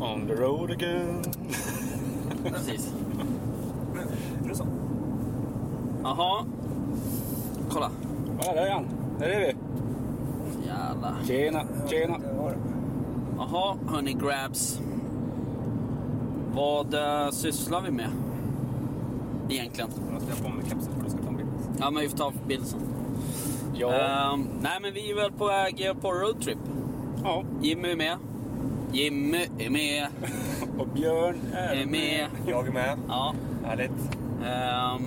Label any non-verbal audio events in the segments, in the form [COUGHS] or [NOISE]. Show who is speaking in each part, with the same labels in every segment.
Speaker 1: On the road again.
Speaker 2: Precis.
Speaker 3: Intressant.
Speaker 2: Jaha. Kolla.
Speaker 1: Ja, där är han. Där är vi.
Speaker 2: Jävlar.
Speaker 1: Tjena, tjena.
Speaker 3: Det var det.
Speaker 2: Jaha, hörni grabs. Vad eh, sysslar vi med? Egentligen.
Speaker 3: Jag ska ha på mig kepsen för att du ska ta en bild.
Speaker 2: Ja, men vi får ta bild sen.
Speaker 1: Ja.
Speaker 2: Ehm, nej, men vi är väl på väg eh, på roadtrip.
Speaker 1: ja.
Speaker 2: Jimmy är med. Jimmy är med.
Speaker 1: Och Björn
Speaker 2: Är
Speaker 1: är
Speaker 2: med.
Speaker 3: Jag är med.
Speaker 2: Ja.
Speaker 3: Härligt.
Speaker 2: Ehm,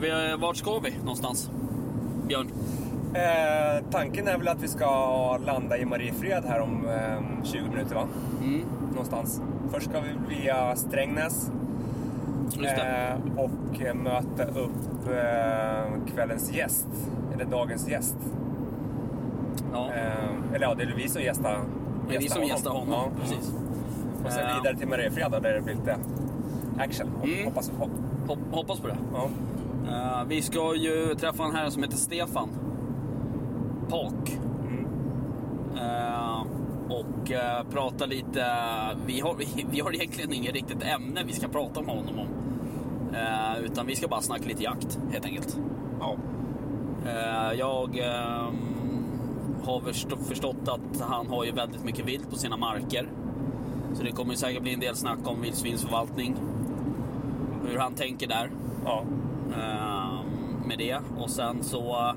Speaker 2: vi, vart ska vi någonstans? Björn?
Speaker 3: Eh, tanken är väl att vi ska landa i Mariefred här om eh, 20 minuter va?
Speaker 2: Mm,
Speaker 3: Någonstans. Först ska vi via Strängnäs
Speaker 2: just det.
Speaker 3: eh, och eh, möta upp eh, kvällens gäst. Eller dagens gäst.
Speaker 2: Ja.
Speaker 3: Eh, eller ja, det är vi som gästar
Speaker 2: Det är vi som gästar honom.
Speaker 3: Ja.
Speaker 2: Precis.
Speaker 3: Och sen
Speaker 2: Eh,
Speaker 3: vidare till Mariefred då, där det blir lite action.
Speaker 2: Mm.
Speaker 3: Hoppas vi på.
Speaker 2: Hop, hoppas på det.
Speaker 3: Ja.
Speaker 2: Eh, vi ska ju träffa en herre som heter Stefan Pak.
Speaker 3: Mm.
Speaker 2: Eh, och eh, prata lite... Vi har, [LAUGHS] vi, vi har egentligen inget riktigt ämne vi ska prata om honom om. Eh, utan vi ska bara snacka lite jakt, helt enkelt.
Speaker 3: Ja.
Speaker 2: Eh, jag ehm, har förstå- förstått att han har ju väldigt mycket vilt på sina marker. Så det kommer säkert bli en del snack om vildsvinsförvaltning. Hur han tänker där
Speaker 3: ja.
Speaker 2: eh, med det. Och sen så... eh,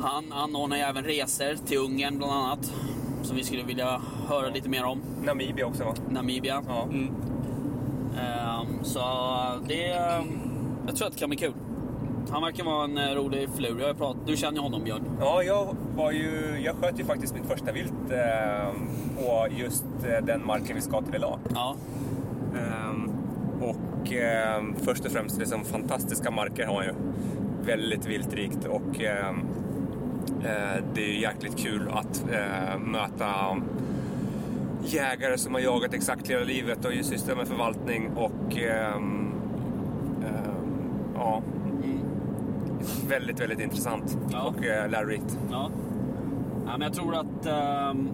Speaker 2: han anordnar ju även resor till Ungern bland annat. Som vi skulle vilja höra lite mer om.
Speaker 3: Namibia också va?
Speaker 2: Namibia.
Speaker 3: Ja.
Speaker 1: Mm.
Speaker 2: Ehm, så det... jag tror att det kan bli kul. Han verkar vara en eh, rolig flur. Jag har ju pratat, du känner ju honom Björn.
Speaker 3: Ja, jag, var ju, jag sköt ju faktiskt mitt första vilt eh, på just eh, den marken vi ska till idag.
Speaker 2: Ja,
Speaker 3: Ehm, och eh, först och främst liksom fantastiska marker har han ju. Väldigt viltrikt och ehm, eh, det är ju jäkligt kul att eh, möta jägare som har jagat exakt hela livet och sysslar med förvaltning och ehm, ehm, ja, väldigt, väldigt intressant
Speaker 2: Ja.
Speaker 3: och eh, lärorikt.
Speaker 2: ja. ja men jag tror att... ehm,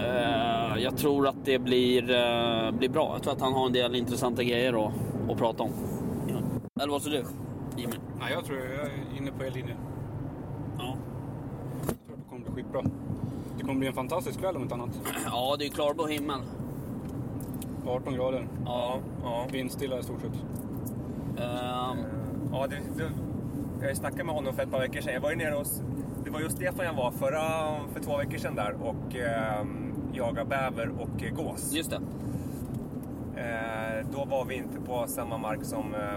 Speaker 2: eh, jag tror att det blir, eh, blir bra. Jag tror att han har en del intressanta grejer att, att prata om. Ja. Eller vad tror du? Jimmy?
Speaker 1: Nej, jag tror jag är inne på er linje.
Speaker 2: Ja. [CLEARS THROAT]
Speaker 1: Jag tror att det kommer bli skitbra. Det kommer bli en fantastisk kväll om inte annat.
Speaker 2: ja, det är ju klarblå himmel.
Speaker 1: 18 grader.
Speaker 2: Ja.
Speaker 3: ja.
Speaker 1: Vindstilla i stort sett.
Speaker 2: Ehm,
Speaker 3: Ja, det, det, jag snackade med honom för ett par veckor sedan. Jag var ju nere hos, det var just Stefan jag var förra, för två veckor sedan där och eh, jagade bäver och eh, gås.
Speaker 2: just det.
Speaker 3: Eh, då var vi inte på samma mark som eh,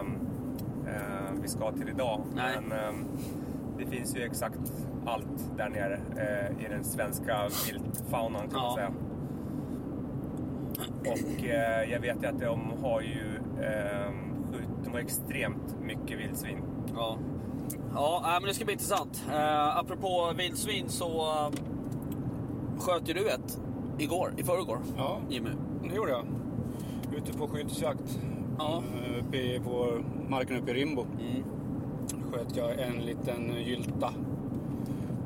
Speaker 3: eh, vi ska till idag.
Speaker 2: Nej.
Speaker 3: Men eh, det finns ju exakt allt där nere eh, i den svenska viltfaunan kan
Speaker 2: Ja.
Speaker 3: man säga. Och eh, jag vet ju att de har ju eh, skjut, de har extremt mycket vildsvin.
Speaker 2: Ja. Ja, nej, men det ska bli intressant. Eh, apropå vildsvin så eh, sköt ju du ett igår, i förrgår,
Speaker 1: Ja,
Speaker 2: Jimmy.
Speaker 1: det gjorde jag. Ute på skyddsjakt.
Speaker 2: Ja.
Speaker 1: Eh, Uppe i- på marken uppe i Rimbo.
Speaker 2: Mm.
Speaker 1: sköt jag en liten gylta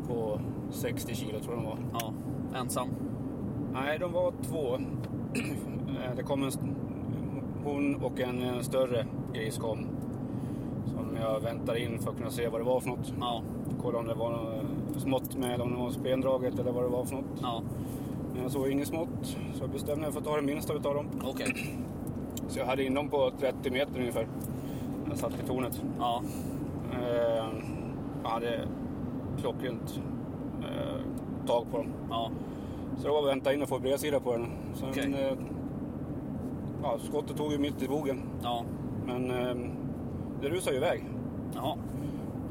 Speaker 1: på 60 kilo tror jag de var.
Speaker 2: Ja, ensam.
Speaker 1: Nej, de var två. [CLEARS THROAT] Eh, Det kom en, st- hon och en eh, större gris kom. Som jag väntar in för att kunna se vad det var för något.
Speaker 2: Ja,
Speaker 1: Kolla om det var något smått med eller om det var spendraget eller vad det var för något.
Speaker 2: ja,
Speaker 1: Men jag såg inget smått så jag bestämde mig för att ta det minsta utav dem.
Speaker 2: okej.
Speaker 1: Så jag hade in dem på 30 meter ungefär. när Jag satt i tornet.
Speaker 2: Ja,
Speaker 1: Eh, ja, det är klockrent eh, tag på dem.
Speaker 2: ja,
Speaker 1: Så det var att vänta in och få bredsida på den. Sen,
Speaker 2: Okej.
Speaker 1: eh, ja, skottet tog ju mitt i bogen,
Speaker 2: ja.
Speaker 1: men eh, det rusade ju iväg,
Speaker 2: Jaha.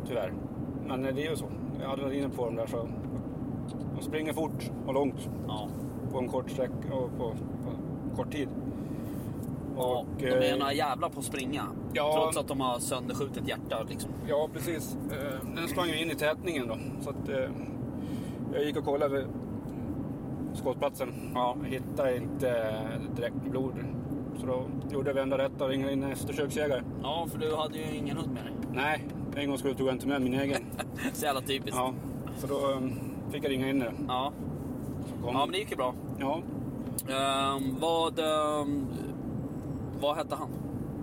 Speaker 1: tyvärr. Men eh, det är ju så. Jag hade inne på dem där så de springer fort och långt
Speaker 2: Ja.
Speaker 1: på en kort sträck och på, på kort tid.
Speaker 2: ja. De
Speaker 1: eh,
Speaker 2: är några jävla på att springa.
Speaker 1: Ja.
Speaker 2: Trots att de har sönderskjutet hjärta liksom.
Speaker 1: Ja, precis. Eh, Den sprang ju in i tätningen då. Så att, eh, jag gick och kollade vid skottplatsen.
Speaker 2: Ja.
Speaker 1: Hittade inte eh, direkt blod. Så då gjorde jag vända rätt och ringde in en eftersöksjägare.
Speaker 2: Ja, för du hade ju ingen hund med dig. [LAUGHS]
Speaker 1: Nej, en gång skulle tog jag inte med min egen.
Speaker 2: Så jävla typiskt.
Speaker 1: Ja, så då eh, fick jag ringa in det.
Speaker 2: Ja.
Speaker 1: Så kom-
Speaker 2: ja, men det gick ju bra.
Speaker 1: ja.
Speaker 2: Ehm, vad... ehm, vad hette han?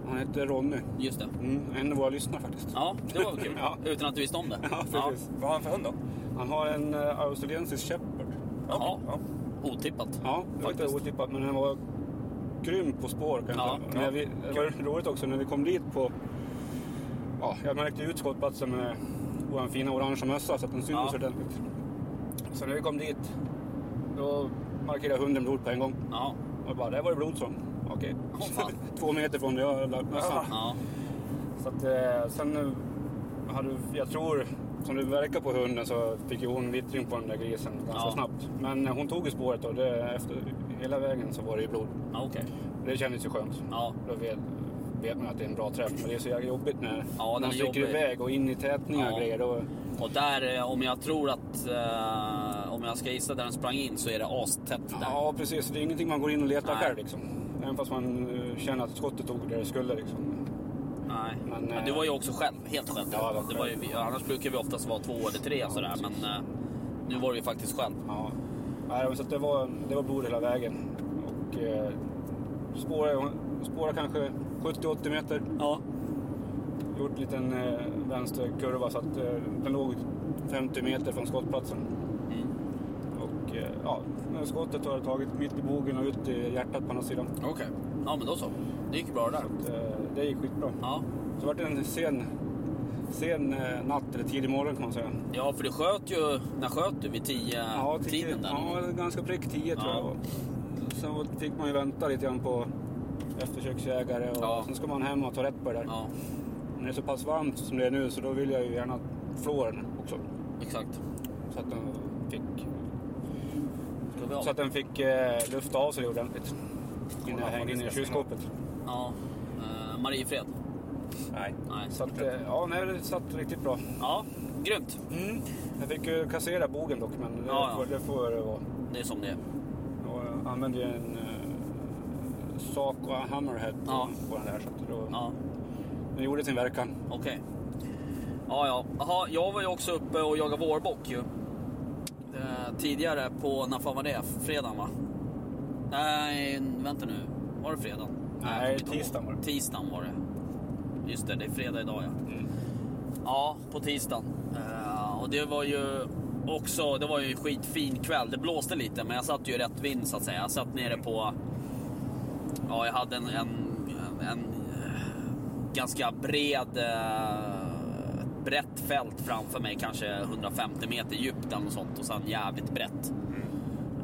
Speaker 1: Han heter Ronny.
Speaker 2: Just det.
Speaker 1: Mm, en av våra lyssnare faktiskt.
Speaker 2: Ja, det var väl kul.
Speaker 1: Ja.
Speaker 2: Utan att du visste om det.
Speaker 1: [LAUGHS] Ja, precis.
Speaker 3: Vad har han för hund då?
Speaker 1: Han har en eh, australiensisk shepherd.
Speaker 2: Ja.
Speaker 3: Ja.
Speaker 2: Otippat.
Speaker 1: Ja, det var lite
Speaker 2: Faktiskt.
Speaker 1: otippat typ men den var grym på spår kan jag
Speaker 2: Ja,
Speaker 1: säga.
Speaker 2: ja.
Speaker 1: När vi, Det var roligt också när vi kom dit på... Ja, jag märkte ut skottplatsen med vår fina orangea mössa så att den syntes
Speaker 2: Ja.
Speaker 1: ordentligt. Så när vi kom dit då markerade hunden blod på en gång.
Speaker 2: Ja.
Speaker 1: Och bara, där var det blod som. Okej.
Speaker 2: Åh, fan.
Speaker 1: [LAUGHS] Två meter från där jag la mössan.
Speaker 2: ja.
Speaker 1: Så att, eh, sen eh, hade, jag tror, som det verkar på hunden så fick ju hon vittring på den där grisen ganska
Speaker 2: Ja.
Speaker 1: snabbt. Men eh, hon tog ju spåret och det, efter, hela vägen så var det ju blod.
Speaker 2: ja Okej.
Speaker 1: Det kändes ju skönt.
Speaker 2: Ja.
Speaker 1: Då vet, vet man att det är en bra träff. Men det är så jävla jobbigt när
Speaker 2: Ja, den
Speaker 1: man
Speaker 2: är
Speaker 1: sticker
Speaker 2: jobbig.
Speaker 1: iväg och in i tätningar
Speaker 2: Ja.
Speaker 1: och grejer. Då,
Speaker 2: Och där, eh, om jag tror att... eh, om jag ska gissa där den sprang in så är det astätt där.
Speaker 1: ja, precis. Det är ingenting man går in och letar
Speaker 2: Nej.
Speaker 1: själv liksom. Även fast man eh, känner att skottet tog där det skulle liksom.
Speaker 2: Nej.
Speaker 1: Men,
Speaker 2: Men,
Speaker 1: eh,
Speaker 2: du var ju också själv, helt själv.
Speaker 1: Ja, jag var
Speaker 2: det var ju, vi- annars brukar vi oftast vara två eller tre sådär. Men eh, nu var du ju faktiskt själv.
Speaker 1: Ja. Nej, men så att det, var, det var blod hela vägen. Och eh, spåra, spåra kanske 70-80 meter.
Speaker 2: Ja.
Speaker 1: Gjort en liten eh, vänsterkurva så att eh, den låg 50 meter från skottplatsen.
Speaker 2: Mm.
Speaker 1: Och eh, ja, när skottet har tagit mitt i bogen och ut i hjärtat på andra sidan.
Speaker 2: Okej. Ja, men då så. Det gick ju bra det där.
Speaker 1: Eh, det gick skitbra.
Speaker 2: Ja.
Speaker 1: Så vart det en sen, sen eh, natt, eller tidig morgon kan man säga.
Speaker 2: ja, för du sköt ju... När sköt du? Vid tio tiden där?
Speaker 1: Ja, ganska prick 10 tror
Speaker 2: Ja.
Speaker 1: jag. Sen fick man ju vänta lite grann på eftersöksjägare och
Speaker 2: Ja.
Speaker 1: sen ska man hem och ta rätt på det där.
Speaker 2: ja,
Speaker 1: När det är så pass varmt som det är nu så då vill jag ju gärna flå den också.
Speaker 2: exakt.
Speaker 1: Så att den fick,
Speaker 2: Ska vi av?
Speaker 1: så att den fick eh, lufta av sig ordentligt. Innan
Speaker 3: Kolla
Speaker 1: jag
Speaker 3: på
Speaker 1: hängde in i
Speaker 3: diskaskarna.
Speaker 1: kylskåpet.
Speaker 2: Ja. Eh, Mariefred?
Speaker 3: Nej.
Speaker 2: Nej.
Speaker 1: Så att, eh, ja, nej, det satt riktigt bra.
Speaker 2: Ja, grymt.
Speaker 1: Jag fick ju kassera bogen dock, men det,
Speaker 2: Mm. Ja, ja.
Speaker 1: Får, det får det vara.
Speaker 2: Det är som det är.
Speaker 1: Och jag använde ju en eh, Saco Hammerhead
Speaker 2: Ja.
Speaker 1: på den där. Så att då,
Speaker 2: Ja,
Speaker 1: Den gjorde sin verkan.
Speaker 2: okej. Ja, ja. Aha, jag var ju också uppe och jagade vårbock ju. Eh, tidigare på, när fan var det? Fredagen va? Nej, vänta nu. Var det fredagen?
Speaker 1: Nej,
Speaker 2: jag kommer inte ihåg.
Speaker 1: tisdagen var det.
Speaker 2: Tisdagen var det. Just det, det är fredag idag ja. Ja, på tisdagen. Eh, och det var ju också, det var ju en skitfin kväll. Det blåste lite, men jag satt ju i rätt vind så att säga. Jag satt nere på, ja jag hade en, en, en eh, ganska bred, eh, ett brett fält framför mig. Kanske 150 meter djupt eller något sånt. Och sen jävligt brett.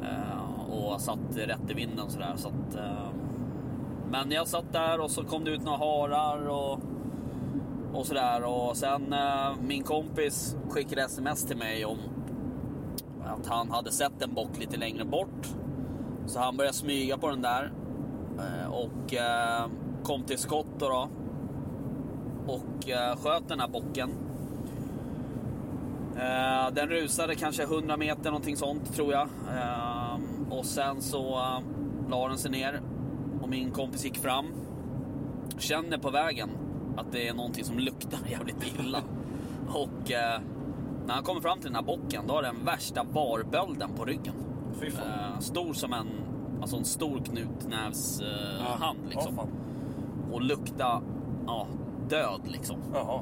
Speaker 2: Eh, och satt rätt i vinden sådär. Så att, eh, men jag satt där och så kom det ut några harar och, och sådär. Och sen eh, min kompis skickade sms till mig om att han hade sett en bock lite längre bort. Så han började smyga på den där. eh, Och eh, kom till skott då. då och eh, sköt den här bocken. Eh, den rusade kanske 100 meter, någonting sånt tror jag. Eh, och sen så eh, la den sig ner och min kompis gick fram. Känner på vägen att det är någonting som luktar jävligt illa.
Speaker 3: [LAUGHS]
Speaker 2: och eh, när han kommer fram till den här bocken, då har den värsta barbölden på ryggen.
Speaker 1: Fy
Speaker 3: Äh,
Speaker 1: fan.
Speaker 2: Eh, stor som en, alltså en stor knutnävshand. Eh,
Speaker 1: Ja.
Speaker 2: hand, liksom.
Speaker 3: Ah, Ja, fan.
Speaker 2: och lukta ja, död liksom.
Speaker 3: Jaha.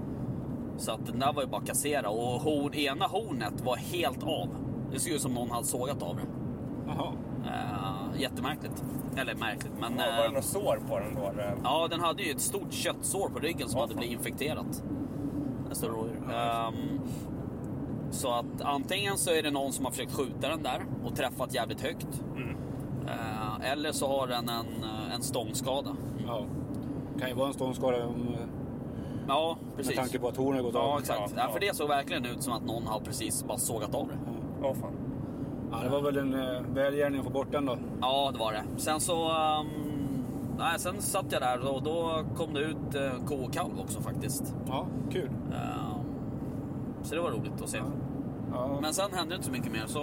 Speaker 2: Så att den där var ju bara kassera och horn, ena hornet var helt av. Det såg ut som någon hade sågat av det.
Speaker 1: Jaha.
Speaker 2: Eh, jättemärkligt. Eller märkligt, men...
Speaker 3: Ja, var det
Speaker 2: eh,
Speaker 3: något sår på den då? eller?
Speaker 2: ja, den hade ju ett stort köttsår på ryggen som
Speaker 3: Ja,
Speaker 2: hade
Speaker 3: fan.
Speaker 2: blivit infekterat. Nästa rådjur. Ehm, så att antingen så är det någon som har försökt skjuta den där och träffat jävligt högt.
Speaker 3: Mm.
Speaker 2: Eh, eller så har den en, eh, en stångskada.
Speaker 1: Ja. Kan ju vara en ståndskada om, eh,
Speaker 2: Ja,
Speaker 1: med
Speaker 2: precis.
Speaker 1: tanke på att hornet gått
Speaker 2: Ja,
Speaker 1: av.
Speaker 2: exakt.
Speaker 3: Ja,
Speaker 2: Ja, för det såg verkligen ut som att någon har precis bara sågat av det.
Speaker 3: Åh fan.
Speaker 1: Ja, det var väl en eh, välgärning att få bort den då.
Speaker 2: Ja, det var det. Sen så... ehm, nej, sen satt jag där och då kom det ut uh, ko och kalv också faktiskt.
Speaker 1: Ja, kul.
Speaker 2: Ehm, så det var roligt att se.
Speaker 1: Ja.
Speaker 2: Men sen hände det inte så mycket mer. Så...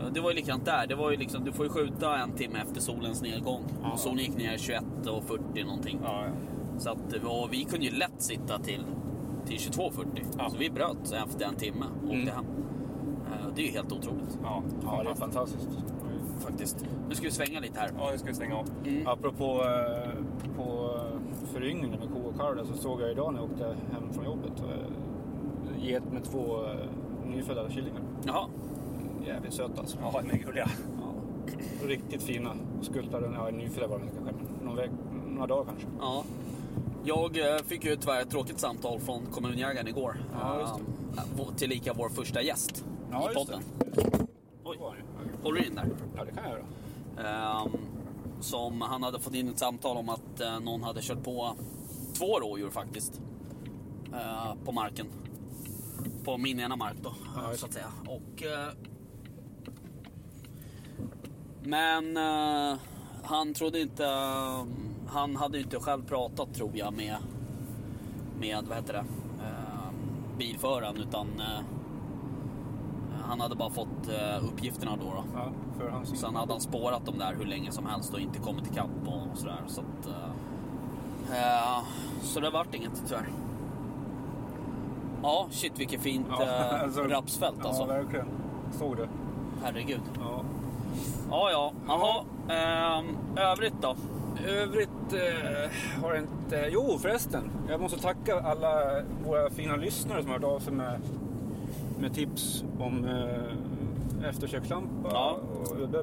Speaker 2: eh, Det var ju likadant där. Det var ju liksom, du får ju skjuta en timme efter solens nedgång.
Speaker 1: Ja.
Speaker 2: Och solen gick ner 21.40 någonting.
Speaker 3: Ja, ja.
Speaker 2: Så att, och vi kunde ju lätt sitta till, till 22.40.
Speaker 3: Ja.
Speaker 2: Så vi bröt
Speaker 1: Mm.
Speaker 2: efter en timme och åkte hem. Eh, Det är ju helt otroligt.
Speaker 3: ja.
Speaker 1: ja, det är fantastiskt.
Speaker 2: Mm. faktiskt. Nu ska vi svänga lite här.
Speaker 3: Ja, nu ska vi stänga av.
Speaker 1: Apropå eh, på eh, föryngringen med ko och kalv där så såg jag idag när jag åkte hem från jobbet eh, get med två eh, nyfödda killingar.
Speaker 2: Jaha.
Speaker 1: Jävligt söta alltså.
Speaker 3: Ja, men gulliga.
Speaker 2: Ja.
Speaker 1: Riktigt fina. Och skultade, ja nyfödda var de inte kanske, men någon väg, några dagar kanske.
Speaker 2: Ja. Jag eh, fick ju tyvärr ett tråkigt samtal från kommunjägaren igår.
Speaker 1: Ja, just det.
Speaker 2: Eh, vår- Tillika vår första gäst i podden. Oj,
Speaker 1: Var det?
Speaker 2: håller du in där?
Speaker 1: Ja, det kan jag göra.
Speaker 2: Ehm, som han hade fått in ett samtal om att eh, någon hade kört på två rådjur faktiskt. Eh, på marken. På min ena mark då, eh,
Speaker 1: just
Speaker 2: så att säga. Och, eh, men eh, han trodde inte... eh, han hade ju inte själv pratat tror jag med, med vad heter det, eh, bilföraren utan eh, han hade bara fått eh, uppgifterna då. då.
Speaker 1: Ja, för hans
Speaker 2: Sen hade han spårat dem där hur länge som helst och inte kommit ikapp och och sådär. Så, att, eh, eh, så det vart inget tyvärr. Ja, shit vilket fint
Speaker 1: [LAUGHS]
Speaker 2: eh, rapsfält alltså.
Speaker 1: Ja, verkligen. Såg det.
Speaker 2: Herregud.
Speaker 1: Ja.
Speaker 2: Ja, ja. Jaha. ehm, övrigt då?
Speaker 1: I övrigt eh, har det inte... Jo förresten, jag måste tacka alla våra fina lyssnare som har hört av sig med, med tips om eh, efterkökslampa,
Speaker 2: Ja.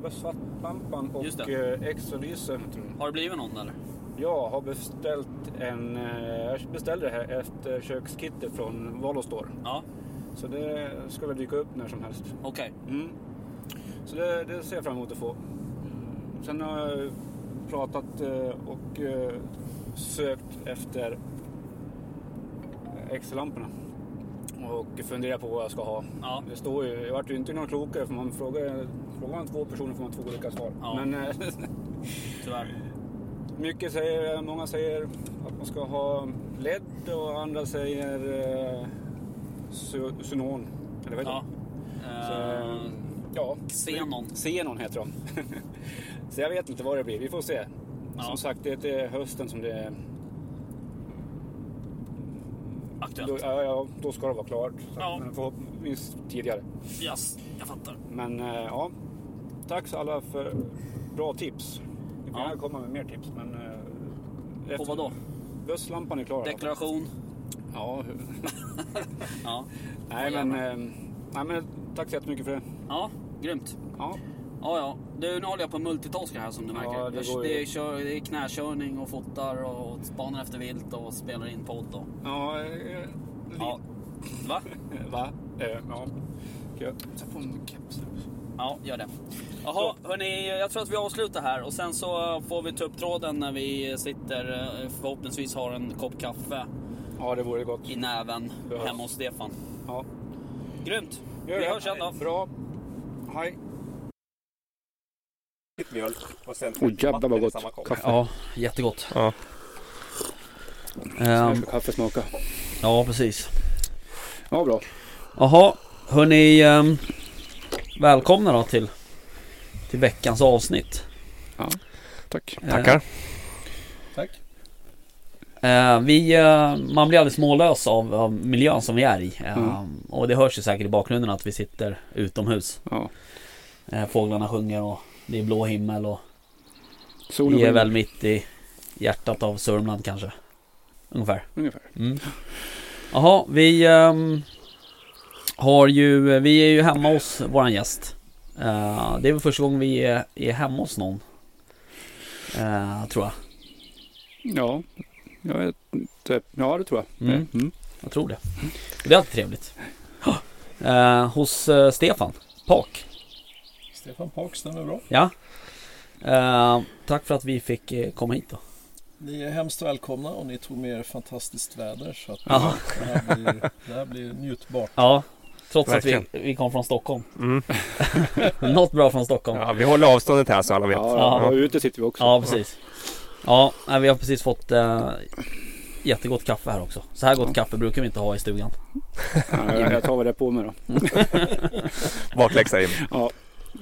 Speaker 1: och svartlampan
Speaker 2: Just
Speaker 1: och
Speaker 2: det.
Speaker 1: eh, extralysen. tror jag.
Speaker 2: Har det blivit någon eller?
Speaker 1: Jag har beställt en... Eh, jag beställde det här efterkökskittet från Valostore.
Speaker 2: Ja,
Speaker 1: Så det ska väl dyka upp när som helst.
Speaker 2: okej.
Speaker 1: Mm. Så det, det ser jag fram emot att få. Mm. Sen har jag pratat eh, och eh, sökt efter XL-lamporna. Och funderat på vad jag ska ha.
Speaker 2: Ja.
Speaker 1: Det står ju, jag vart ju inte någon klokare för man frågar, frågar man två personer får man två olika svar.
Speaker 2: Ja.
Speaker 1: Men eh, [LAUGHS]
Speaker 2: Tyvärr.
Speaker 1: mycket säger, många säger att man ska ha LED och andra säger eh, Su- Sunon. Eller vad heter
Speaker 2: Ja.
Speaker 1: det? Så,
Speaker 2: Uh,
Speaker 1: ja.
Speaker 2: Xenon.
Speaker 1: Xenon heter de. [LAUGHS] så jag vet inte vad det blir. Vi får se.
Speaker 2: Ja.
Speaker 1: Som sagt, det är till hösten som det är. Då,
Speaker 2: Aktuellt.
Speaker 1: ja, ja, då ska det vara klart. Så,
Speaker 2: Ja.
Speaker 1: Men förhoppningsvis tidigare.
Speaker 2: Yes, jag fattar.
Speaker 1: Men eh, ja, tack så alla för bra tips. Vi kan
Speaker 2: Ja.
Speaker 1: gärna komma med mer tips. Men, eh,
Speaker 2: På vad då?
Speaker 1: Busslampan är klar.
Speaker 2: Deklaration.
Speaker 1: Ja, hur-
Speaker 2: Ja.
Speaker 1: nej,
Speaker 2: Vad
Speaker 1: men, eh, nej, men tack så jättemycket för det.
Speaker 2: ja, grymt.
Speaker 1: Ja,
Speaker 2: Ja, ja. Du, nu håller jag på att multitaska här som du
Speaker 1: Ja,
Speaker 2: märker.
Speaker 1: det
Speaker 2: det,
Speaker 1: går ju.
Speaker 2: det, är kör, det är knäkörning och fotar och spanar efter vilt och spelar in podd. Och,
Speaker 1: ja, eh,
Speaker 2: ja. Va?
Speaker 1: Va? Eh, ja. Ska jag ta på mig en keps?
Speaker 2: Ja, gör det. Jaha, hörni, jag tror att vi avslutar här och sen så får vi ta upp tråden när vi sitter, eh, förhoppningsvis har en kopp kaffe
Speaker 1: Ja, det vore gott.
Speaker 2: i näven
Speaker 1: Behövs.
Speaker 2: hemma hos Stefan.
Speaker 1: Ja.
Speaker 2: Grymt! Vi
Speaker 1: Gör det.
Speaker 2: hörs sen då.
Speaker 1: Bra. Hej.
Speaker 3: Mjölk och sen...
Speaker 1: Åh jävlar vad gott. Kaffe. Ja.
Speaker 2: jättegott. Ehm,
Speaker 3: Ja.
Speaker 1: kaffe smaka.
Speaker 2: ja, precis.
Speaker 1: Ja, bra.
Speaker 2: Jaha, hörni. ehm, välkomna då till, till veckans avsnitt.
Speaker 1: Tack.
Speaker 2: Tackar. Eh, vi, eh, man blir alldeles smålös av, av miljön som vi är i. Eh,
Speaker 1: Mm.
Speaker 2: Och det hörs ju säkert i bakgrunden att vi sitter utomhus.
Speaker 1: Ja.
Speaker 2: Eh, fåglarna sjunger och det är blå himmel och
Speaker 1: Solen
Speaker 2: vi är
Speaker 1: skiner
Speaker 2: väl mitt i hjärtat av Sörmland kanske. Ungefär.
Speaker 1: ungefär.
Speaker 2: Mm. Jaha, vi ehm, har ju, vi är ju hemma hos våran gäst. Eh, det är väl första gången vi är, är hemma hos någon. Eh, tror jag.
Speaker 1: Ja. Jag vet inte. Ja, det tror jag.
Speaker 2: Mm. Jag tror det. Det är alltid trevligt. Eh, hos eh, Stefan Pak.
Speaker 4: Stefan Park stämmer bra.
Speaker 2: Ja. Eh, tack för att vi fick eh, komma hit då.
Speaker 4: Ni är hemskt välkomna och ni tog med er fantastiskt väder så att
Speaker 2: Ja.
Speaker 4: det, här blir, det här blir njutbart.
Speaker 2: Ja. Trots
Speaker 3: Verkligen.
Speaker 2: att vi, vi kom från Stockholm.
Speaker 3: Mm.
Speaker 2: Något bra från Stockholm. Ja,
Speaker 3: Ja, vi håller avståndet här så alla vet.
Speaker 1: Ja,
Speaker 2: Ja.
Speaker 1: ja. och ute sitter vi också.
Speaker 2: precis. Ja, nej, vi har precis fått eh, jättegott kaffe här också. Så här gott kaffe brukar vi inte ha i stugan.
Speaker 1: Ja, jag- jag tar väl det på mig då.
Speaker 3: Bakläxa Jim.
Speaker 1: Ja.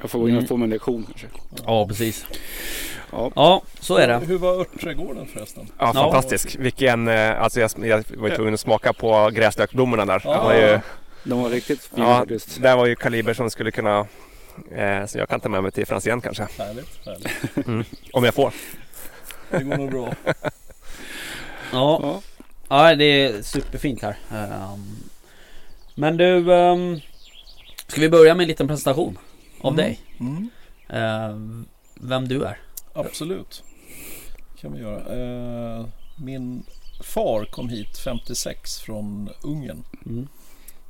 Speaker 1: Jag får gå in
Speaker 2: Mm.
Speaker 1: och få mig en lektion kanske.
Speaker 2: Ja, precis.
Speaker 1: Ja.
Speaker 2: Ja, så är det.
Speaker 4: Hur var örtträdgården förresten?
Speaker 3: Ja, fantastisk. Vilken, eh, alltså jag, jag var ju tvungen att smaka på gräslöksblommorna där. Det var ju,
Speaker 1: De var riktigt fina
Speaker 3: ja,
Speaker 1: faktiskt.
Speaker 3: där var ju kaliber som skulle kunna Eh, så jag kan ta med mig till Franzén kanske.
Speaker 4: Härligt, härligt.
Speaker 3: Om jag får.
Speaker 4: Det går nog bra.
Speaker 5: Ja.
Speaker 1: Ja.
Speaker 5: Ja, det är superfint här. Ehm, Men du, ehm, ska vi börja med en liten presentation av
Speaker 4: Mm.
Speaker 5: dig?
Speaker 4: Mm.
Speaker 5: Ehm, Vem du är?
Speaker 4: Absolut. kan vi göra. Eh, Min far kom hit 56 från Ungern.
Speaker 5: Mm.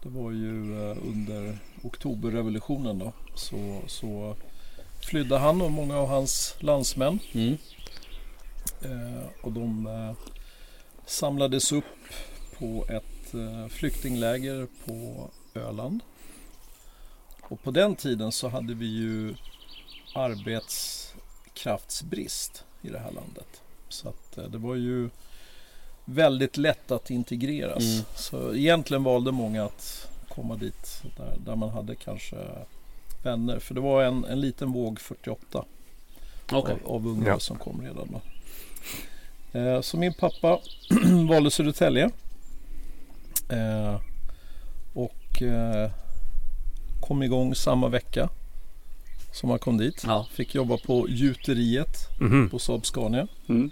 Speaker 4: Det var ju eh, under oktoberrevolutionen då. Så, så flydde han och många av hans landsmän.
Speaker 5: Mm.
Speaker 4: Eh, Och de eh, samlades upp på ett eh, flyktingläger på Öland. Och på den tiden så hade vi ju arbetskraftsbrist i det här landet. Så att eh, det var ju väldigt lätt att integreras.
Speaker 5: Mm.
Speaker 4: Så egentligen valde många att komma dit där, där man hade kanske vänner. För det var en, en liten våg 48
Speaker 5: Okej.
Speaker 4: av, av unga
Speaker 3: Ja.
Speaker 4: som kom redan då. Eh, så min pappa [CLEARS THROAT] valde Södertälje. Eh, och eh, kom igång samma vecka som han kom dit.
Speaker 5: Ja.
Speaker 4: Fick jobba på gjuteriet
Speaker 3: Mhm.
Speaker 4: på Saab Scania.
Speaker 1: Mm.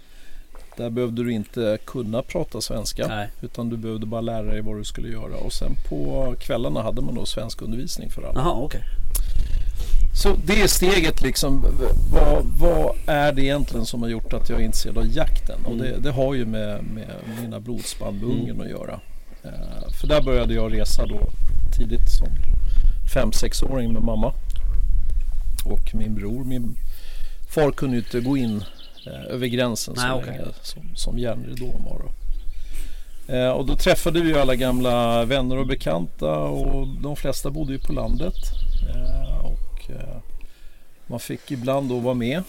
Speaker 4: Där behövde du inte kunna prata svenska.
Speaker 5: Nej.
Speaker 4: Utan du behövde bara lära dig vad du skulle göra. Och sen på kvällarna hade man då svensk undervisning för alla.
Speaker 5: Jaha, okej. [LAUGHS]
Speaker 4: Så det är steget liksom. V- Vad, vad är det egentligen som har gjort att jag är intresserad av jakten? Och
Speaker 5: Mm.
Speaker 4: det, det har ju med, med mina blodsband med Ungern att göra. Eh, för där började jag resa då tidigt som 5-6-åring med mamma. Och min bror. Min far kunde ju inte gå in eh, över gränsen så
Speaker 5: Nej, okej.
Speaker 4: länge som, som järnridån var då. Eh, och då träffade vi ju alla gamla vänner och bekanta och de flesta bodde ju på landet. Eh, och eh, man fick ibland då vara med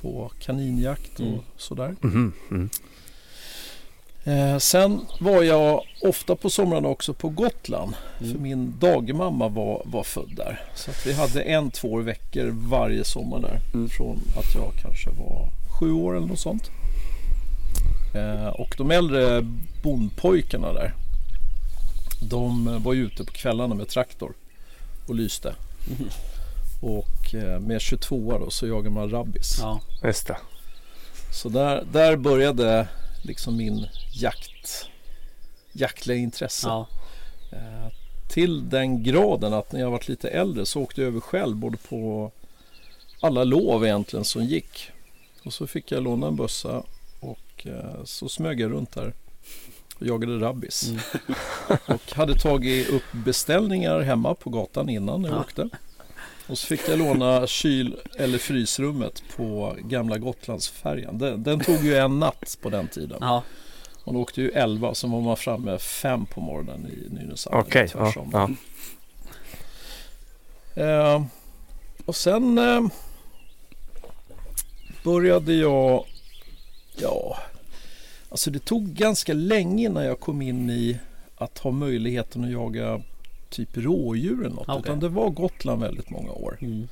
Speaker 4: på kaninjakt och
Speaker 5: Mm.
Speaker 4: sådär.
Speaker 3: Mhm.
Speaker 4: Eh, sen var jag ofta på somrarna också på Gotland. För
Speaker 5: Mm.
Speaker 4: min dagmamma var, var född där. Så att vi hade en, två veckor varje sommar där.
Speaker 1: Mm.
Speaker 4: Från att jag kanske var sju år eller något sånt. Eh, och de äldre bondpojkarna där. De eh, var ju ute på kvällarna med traktor och lyste. Och eh, med 22 då så jagade man rabbis.
Speaker 5: Ja.
Speaker 3: Just det.
Speaker 4: Så där, där började liksom min jakt, jaktliga intresse.
Speaker 5: Ja.
Speaker 4: Eh, Till den graden att när jag varit lite äldre så åkte jag över själv både på alla lov egentligen som gick. Och så fick jag låna en bössa och eh, så smög jag runt där och jagade rabbis.
Speaker 5: Mm.
Speaker 4: [LAUGHS] och hade tagit upp beställningar hemma på gatan innan när jag
Speaker 5: Ja.
Speaker 4: åkte. Och så fick jag låna kyl eller frysrummet på gamla Gotlandsfärjan. Den, den tog ju en natt på den tiden.
Speaker 5: Ja.
Speaker 4: Man åkte ju 11 så var man framme fem på morgonen i Nynäshamn.
Speaker 3: Okej.
Speaker 4: eller tvärsom.
Speaker 3: Ja,
Speaker 4: Eh, och sen eh, började jag... Ja, alltså det tog ganska länge innan jag kom in i att ha möjligheten att jaga typ rådjur eller något.
Speaker 5: Okej.
Speaker 4: Utan det var Gotland väldigt många år.
Speaker 5: Mm.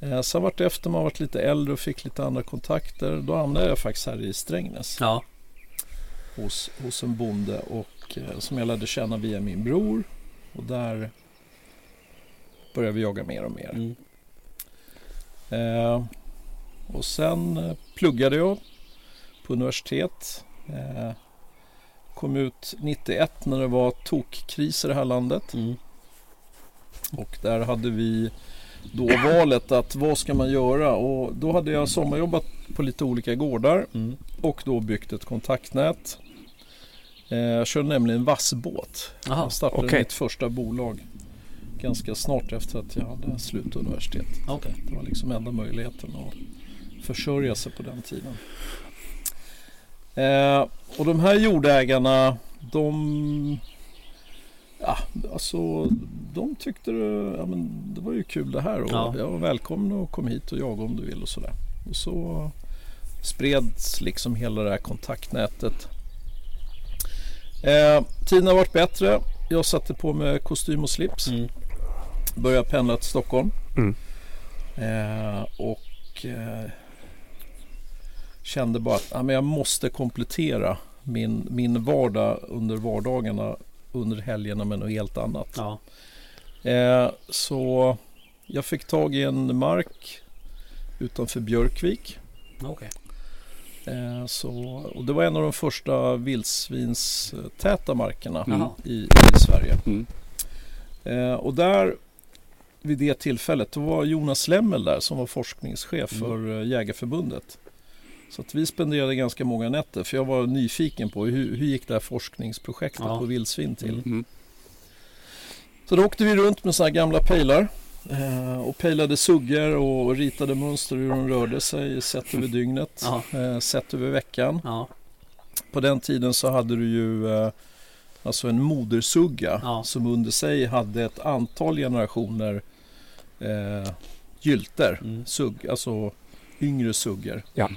Speaker 4: Eh, sen vart det efter man varit lite äldre och fick lite andra kontakter. Då hamnade jag faktiskt här i Strängnäs
Speaker 5: Ja.
Speaker 4: hos, hos en bonde och, eh, som jag lärde känna via min bror. Och där började vi jaga mer och mer.
Speaker 5: Mm.
Speaker 4: Eh, och sen eh, pluggade jag på universitet. Eh, kom ut 91 när det var tokkris i det här landet.
Speaker 5: Mm.
Speaker 4: Och där hade vi då valet att vad ska man göra? Och då hade jag sommarjobbat på lite olika gårdar
Speaker 5: Mm.
Speaker 4: och då byggt ett kontaktnät. Eh, Jag körde nämligen vassbåt.
Speaker 5: Jaha,
Speaker 4: jag startade
Speaker 3: okej.
Speaker 4: mitt första bolag ganska snart efter att jag hade slut universitet.
Speaker 5: okej.
Speaker 4: Det var liksom enda möjligheten att försörja sig på den tiden. Eh, och de här jordägarna, de, ja, alltså, de tyckte det, ja, men det var ju kul det här och
Speaker 5: Ja.
Speaker 4: jag var välkommen och kom hit och jaga om du vill och sådär. Och så spreds liksom hela det här kontaktnätet. Eh, tiden har varit bättre. Jag satte på mig kostym och slips
Speaker 5: Mm.
Speaker 4: började pendla till Stockholm.
Speaker 3: Mm.
Speaker 4: Eh, och eh, kände bara att ja, men jag måste komplettera min, min vardag under vardagarna under helgerna med något helt annat.
Speaker 5: Ja.
Speaker 4: Eh, så Jag fick tag i en mark utanför Björkvik.
Speaker 2: Okej.
Speaker 4: Eh, så, och det var en av de första vildsvinstäta markerna
Speaker 2: Jaha.
Speaker 4: i, i Sverige.
Speaker 1: Mm.
Speaker 4: Eh, och där vid det tillfället, då var Jonas Lemmel där som var forskningschef
Speaker 2: Mm.
Speaker 4: för eh, Jägarförbundet. Så att vi spenderade ganska många nätter för jag var nyfiken på hur, hur gick det här forskningsprojektet
Speaker 2: Ja.
Speaker 4: på vildsvin till.
Speaker 1: Mm.
Speaker 4: Så då åkte vi runt med sådana här gamla pejlar eh, och pejlade suggor och ritade mönster hur de rörde sig sett över dygnet,
Speaker 2: Ja.
Speaker 4: eh, sett över veckan.
Speaker 2: Ja.
Speaker 4: På den tiden så hade du ju eh, alltså en modersugga
Speaker 2: Ja.
Speaker 4: som under sig hade ett antal generationer eh, gylter,
Speaker 2: Mm.
Speaker 4: sugg, alltså yngre suggor.
Speaker 3: Ja.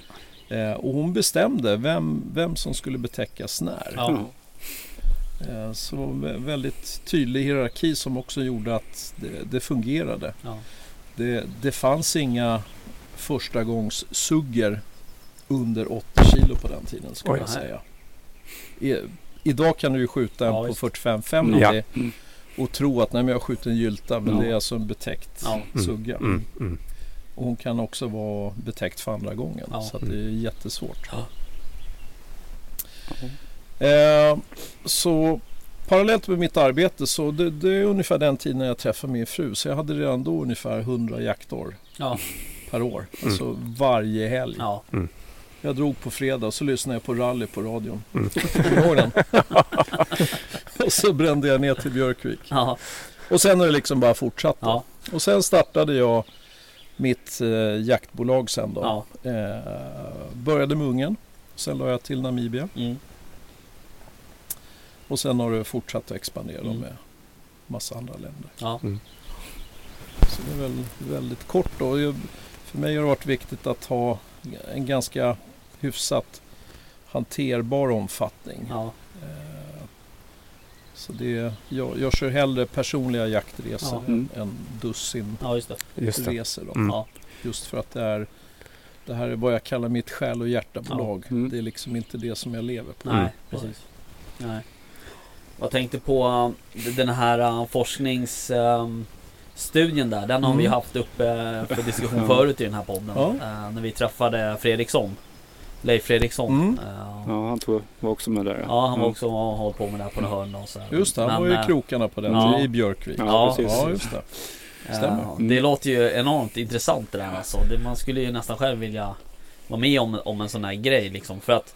Speaker 4: Eh, och hon bestämde vem, vem som skulle betäckas när.
Speaker 2: Ja.
Speaker 4: Eh, så det var en vä- väldigt tydlig hierarki som också gjorde att det, det fungerade.
Speaker 2: Ja.
Speaker 4: Det, det fanns inga förstagångssuggor under 80 kilo på den tiden ska
Speaker 3: Oj.
Speaker 4: jag säga. I, idag kan du ju skjuta en
Speaker 2: Ja,
Speaker 4: på
Speaker 2: visst.
Speaker 4: 45-50
Speaker 3: Ja.
Speaker 1: Mm.
Speaker 4: och tro att nej, men jag skjuter en gylta men
Speaker 2: Ja.
Speaker 4: det är alltså en betäckt
Speaker 2: Ja.
Speaker 3: Mm.
Speaker 4: sugga.
Speaker 3: Mm. Mm.
Speaker 4: Och hon kan också vara betäckt för andra gången
Speaker 2: Ja. Mm.
Speaker 4: så att det är jättesvårt.
Speaker 2: Ja.
Speaker 4: Eh, så parallellt med mitt arbete så det, det är ungefär den tiden när jag träffade min fru så jag hade redan då ungefär 100 jaktår
Speaker 2: Ja.
Speaker 4: per år. Alltså varje helg.
Speaker 2: Ja.
Speaker 4: Jag drog på fredag och så lyssnade jag på rally [LAUGHS] på radion. Kommer du ihåg den? och så brände jag ner till Björkvik.
Speaker 2: Ja.
Speaker 4: Och sen har det liksom bara fortsatt. då.
Speaker 2: Ja.
Speaker 4: Och sen startade jag mitt eh, jaktbolag sen då.
Speaker 2: Ja.
Speaker 4: Eh, började med Ungern. Sen la jag till Namibia.
Speaker 2: Mm.
Speaker 4: Och sen har det fortsatt att expandera då
Speaker 2: Mm.
Speaker 4: med massa andra länder.
Speaker 2: Ja.
Speaker 3: Mm.
Speaker 4: Så det är väl väldigt kort då. Jag- För mig har det varit viktigt att ha en ganska hyfsat hanterbar omfattning.
Speaker 2: Ja.
Speaker 4: Eh, Så det, jag, jag kör hellre personliga jaktresor
Speaker 1: Ja.
Speaker 2: Mm.
Speaker 4: än, än dussin
Speaker 2: Ja, just det.
Speaker 3: Just det.
Speaker 4: resor. Då.
Speaker 3: Mm.
Speaker 2: Ja.
Speaker 4: Just för att det är det här är vad jag kallar mitt själ och hjärtabolag.
Speaker 1: Ja. Mm.
Speaker 4: Det är liksom inte det som jag lever på.
Speaker 2: Nej, precis. Nej. Jag tänkte på eh, den här forskningsstudien där. Den har
Speaker 4: Mm.
Speaker 2: vi haft uppe eh, för
Speaker 4: [LAUGHS]
Speaker 2: diskussion
Speaker 1: Ja.
Speaker 2: förut i den här podden.
Speaker 4: Ja.
Speaker 2: Eh, När vi träffade Fredriksson. Leif Fredriksson.
Speaker 4: Mm.
Speaker 2: Eh,
Speaker 1: Ja, han tog, var också med där. Mm.
Speaker 2: Ja, han var också och har hållit på med det här på någon hörn och så. här.
Speaker 4: Just det, han
Speaker 2: Men,
Speaker 4: var ju
Speaker 2: eh,
Speaker 4: i krokarna på den
Speaker 2: ja.
Speaker 4: tiden i Björkvik.
Speaker 1: Ja,
Speaker 2: Ja,
Speaker 1: precis.
Speaker 4: Ja, just det.
Speaker 2: eh,
Speaker 4: Stämmer.
Speaker 2: Det
Speaker 1: Mm.
Speaker 2: låter ju enormt intressant det där alltså. Det, man skulle ju nästan själv vilja vara med om, om en sån här grej liksom. För att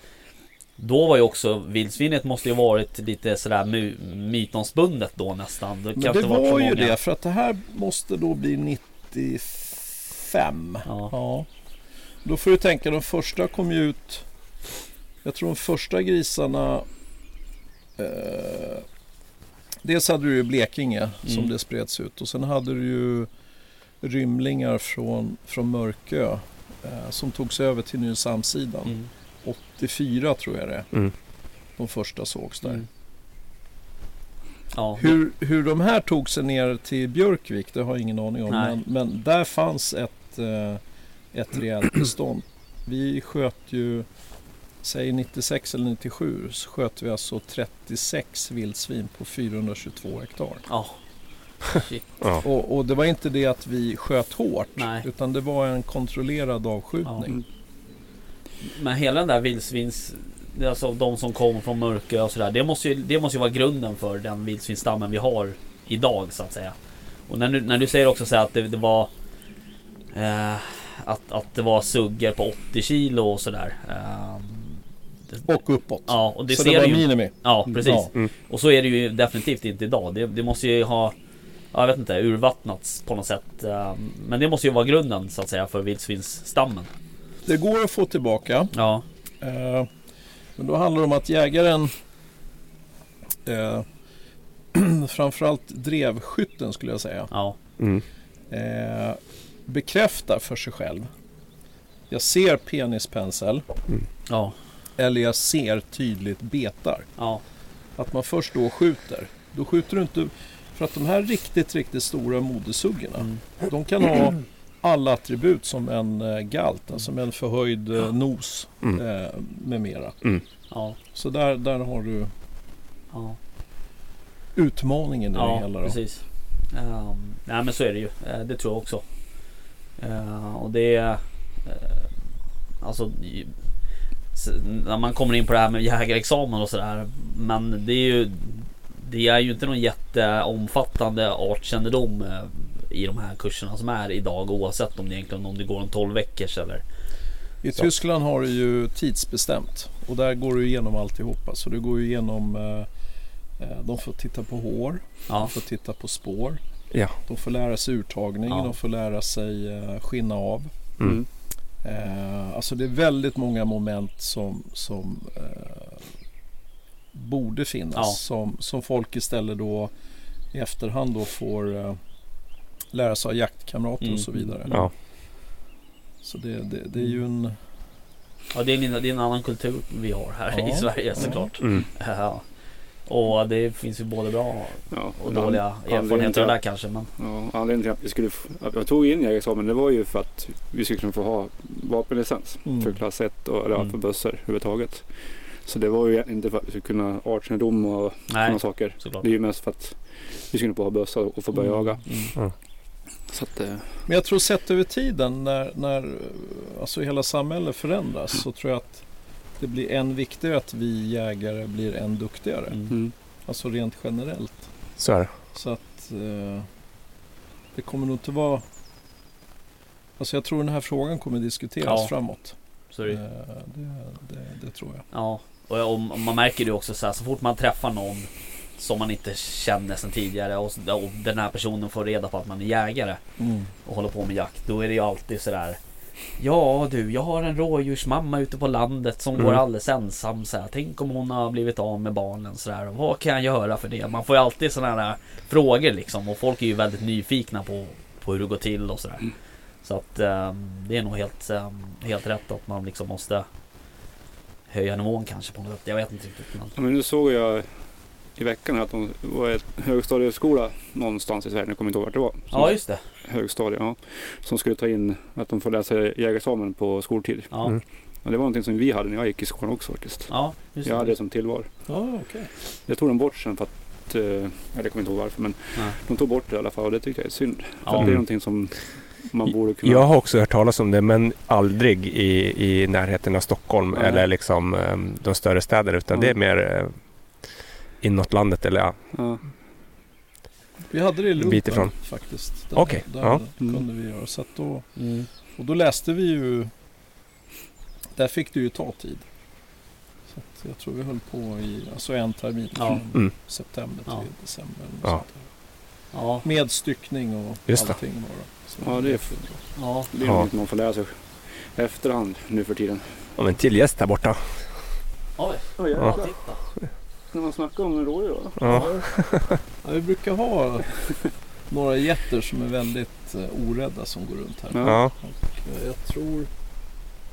Speaker 2: då var ju också vildsvinet måste ju varit lite sådär my, mytomspunnet då nästan. Det,
Speaker 4: Men det var ju det, för att det här måste då bli 95.
Speaker 2: Ja.
Speaker 4: Ja. Då får du tänka, de första kom ju ut... Jag tror de första grisarna... Eh, dels hade du ju Blekinge som
Speaker 2: Mm.
Speaker 4: det spreds ut och sen hade du ju rymlingar från, från Mörkö eh, som togs över till Nynäshamnssidan.
Speaker 2: Mm.
Speaker 4: 84 tror jag det är.
Speaker 3: Mm.
Speaker 4: De första sågs där.
Speaker 2: Mm. Ja,
Speaker 4: Hur, hur de här tog sig ner till Björkvik, det har jag ingen aning om.
Speaker 2: Nej.
Speaker 4: Men, men där fanns ett, eh, ett
Speaker 2: [CLEARS THROAT]
Speaker 4: rejält bestånd. Vi sköt ju, säg 96 eller 97, så sköt vi alltså 36 vildsvin på 422 hektar.
Speaker 2: ja,
Speaker 3: Ja.
Speaker 4: Och, och det var inte det att vi sköt hårt,
Speaker 2: Nej.
Speaker 4: utan det var en kontrollerad avskjutning.
Speaker 2: men hela den där vildsvins... Alltså de som kom från Mörkö och sådär. Det måste, ju, det måste ju vara grunden för den vildsvinsstammen vi har idag så att säga. Och när du, när du säger också så här att det, det var... Eh, att, att det var suggor på 80 kilo och sådär. Eh, det-
Speaker 4: Och uppåt.
Speaker 2: ja, och det
Speaker 4: så
Speaker 2: ser
Speaker 4: det var
Speaker 2: du ju.
Speaker 4: minimi.
Speaker 2: Ja, precis.
Speaker 4: Ja.
Speaker 3: Mm.
Speaker 2: Och så är det ju definitivt inte idag. Det, det måste ju ha... ja, Jag vet inte, urvattnats på något sätt. Eh, Men det måste ju vara grunden så att säga för vildsvinsstammen.
Speaker 4: Det går att få tillbaka.
Speaker 2: Ja,
Speaker 4: Eh, Men då handlar det om att jägaren eh, [CLEARS THROAT] framförallt drevskytten skulle jag säga
Speaker 2: ja,
Speaker 3: Mm.
Speaker 4: eh, bekräftar för sig själv. Jag ser penispensel
Speaker 2: ja,
Speaker 4: eller jag ser tydligt betar.
Speaker 2: ja.
Speaker 4: Att man först då skjuter. Då skjuter du inte för att de här riktigt, riktigt stora modersuggorna
Speaker 2: Mm.
Speaker 4: de kan ha alla attribut som en eh, galt, alltså med en förhöjd eh, nos
Speaker 3: Mm.
Speaker 4: eh, med mera.
Speaker 2: Ja,
Speaker 4: Så där, där har du
Speaker 2: ja,
Speaker 4: utmaningen i det
Speaker 2: ja
Speaker 4: hela. Då.
Speaker 2: precis. Ehm, nej men så är det ju. Eh, det tror jag också. Eh, och det är... eh, alltså... i- s- När man kommer in på det här med jägarexamen och sådär. Men det är ju... Det är ju inte någon jätteomfattande artkännedom eh, i de här kurserna som är idag oavsett om det egentligen om det går om 12 veckors eller...
Speaker 4: I
Speaker 2: Så.
Speaker 4: Tyskland har du ju tidsbestämt och där går du igenom alltihopa. Så du går ju igenom, eh, eh, de får titta på hår, de
Speaker 2: Ja,
Speaker 4: får titta på spår,
Speaker 3: Ja.
Speaker 4: de får lära sig urtagning,
Speaker 2: Ja.
Speaker 4: de får lära sig eh, skinna av.
Speaker 3: Mm.
Speaker 4: Eh, alltså det är väldigt många moment som, som eh, borde finnas.
Speaker 2: Ja.
Speaker 4: Som, som folk istället då i efterhand då får eh, lära sig av jaktkamrater
Speaker 2: Mm.
Speaker 4: och så vidare.
Speaker 3: Ja.
Speaker 4: Så det, det, det är ju en...
Speaker 2: ja det, är en, det är en annan kultur vi har här i
Speaker 4: Ja. Mm.
Speaker 2: Sverige såklart.
Speaker 3: Mm.
Speaker 2: Ja. Och det finns ju både bra
Speaker 1: Ja,
Speaker 2: och dåliga erfarenheter av det där kanske. Men
Speaker 1: Ja, anledningen till att, vi skulle, få- att jag tog in jägarexamen det var ju för att vi skulle kunna få ha vapenlicens
Speaker 4: Mm.
Speaker 1: för klass 1 och eller,
Speaker 2: Mm.
Speaker 1: för bössor överhuvudtaget. Så det var ju egentligen inte för att vi skulle kunna ha artkännedom och
Speaker 2: nej,
Speaker 1: sådana saker.
Speaker 2: såklart.
Speaker 1: Det är ju mest för att vi skulle få ha bössa och få börja jaga.
Speaker 4: Mm.
Speaker 1: Så att, eh,
Speaker 4: Men jag tror sett över tiden när, när eh, alltså hela samhället förändras så tror jag att det blir än viktigare att vi jägare blir än duktigare.
Speaker 2: Mm.
Speaker 1: mm.
Speaker 4: Alltså rent generellt.
Speaker 3: Så är det.
Speaker 4: Så att eh, det kommer nog inte vara... Alltså jag tror den här frågan kommer diskuteras
Speaker 2: Ja.
Speaker 4: framåt.
Speaker 2: Så är
Speaker 4: Eh,
Speaker 2: det,
Speaker 4: det, det, det tror jag.
Speaker 2: ja. Och, och man märker det ju också så här, så fort man träffar någon som man inte känner sedan tidigare och, så- och den här personen får reda på att man är jägare och håller på med jakt. Då är det ju alltid sådär Ja du, jag har en rådjursmamma ute på landet som
Speaker 3: Mm.
Speaker 2: går alldeles ensam så här. Tänk om hon har blivit av med barnen så här. Och vad kan jag göra för det? Man får ju alltid sådana här frågor liksom och folk är ju väldigt nyfikna på, på hur det går till och sådär. Så att ehm, det är nog helt, ehm, helt rätt att man liksom måste höja nivån kanske på något sätt. Jag vet inte riktigt. Men...
Speaker 1: Ja, men nu såg jag i veckan här att de var i en högstadieskola någonstans i Sverige, nu kommer jag inte ihåg vart det var. Som
Speaker 2: Ja just det.
Speaker 1: högstadiet, ja. Som skulle ta in att de får läsa jägarexamen på skoltid.
Speaker 2: Ja,
Speaker 3: Mm.
Speaker 1: Och det var någonting som vi hade när jag gick i skolan också faktiskt.
Speaker 2: ja just
Speaker 1: Jag hade
Speaker 2: det.
Speaker 1: det som tillval.
Speaker 4: Ja, okej.
Speaker 1: Jag tog den bort sen för att, eh, ja, det kommer inte ihåg varför, men
Speaker 2: Nej.
Speaker 1: de tog bort det i alla fall och det tycker jag är synd. För
Speaker 2: Ja.
Speaker 1: att det är någonting som man borde kunna...
Speaker 3: Jag har också hört talas om det, men aldrig i, i närheten av Stockholm
Speaker 1: Nej.
Speaker 3: eller liksom eh, de större städerna, utan
Speaker 1: Ja.
Speaker 3: det är mer eh, inåt landet eller ja.
Speaker 1: Ja.
Speaker 4: Vi hade det i
Speaker 3: bit ifrån.
Speaker 4: Lumpen faktiskt. Där,
Speaker 3: Okej,
Speaker 4: där
Speaker 3: ja.
Speaker 4: kunde vi göra. Så att då,
Speaker 2: Mm.
Speaker 4: och då läste vi ju... Där fick det ju ta tid. Så att jag tror vi höll på i alltså en termin.
Speaker 2: Ja.
Speaker 4: Från
Speaker 3: Mm.
Speaker 4: September till
Speaker 2: Ja.
Speaker 4: december. eller något
Speaker 3: Ja.
Speaker 4: sånt där.
Speaker 2: Ja,
Speaker 4: Med styckning och
Speaker 3: Just det.
Speaker 4: allting. Bara. Så
Speaker 1: Ja, det är-
Speaker 2: ja.
Speaker 1: Det är
Speaker 3: Ja.
Speaker 1: någonting man får lära sig efterhand nu för tiden.
Speaker 3: Om en till gäst här borta.
Speaker 2: Oj,
Speaker 1: Ja,
Speaker 2: ja.
Speaker 1: jäklar.
Speaker 2: titta.
Speaker 1: När man snackar om en rådjur då.
Speaker 3: Ja.
Speaker 4: Ja, vi
Speaker 1: [LAUGHS]
Speaker 4: brukar ha några getter som är väldigt eh, orädda som går runt här.
Speaker 1: Ja.
Speaker 3: Ja.
Speaker 4: Eh, Jag tror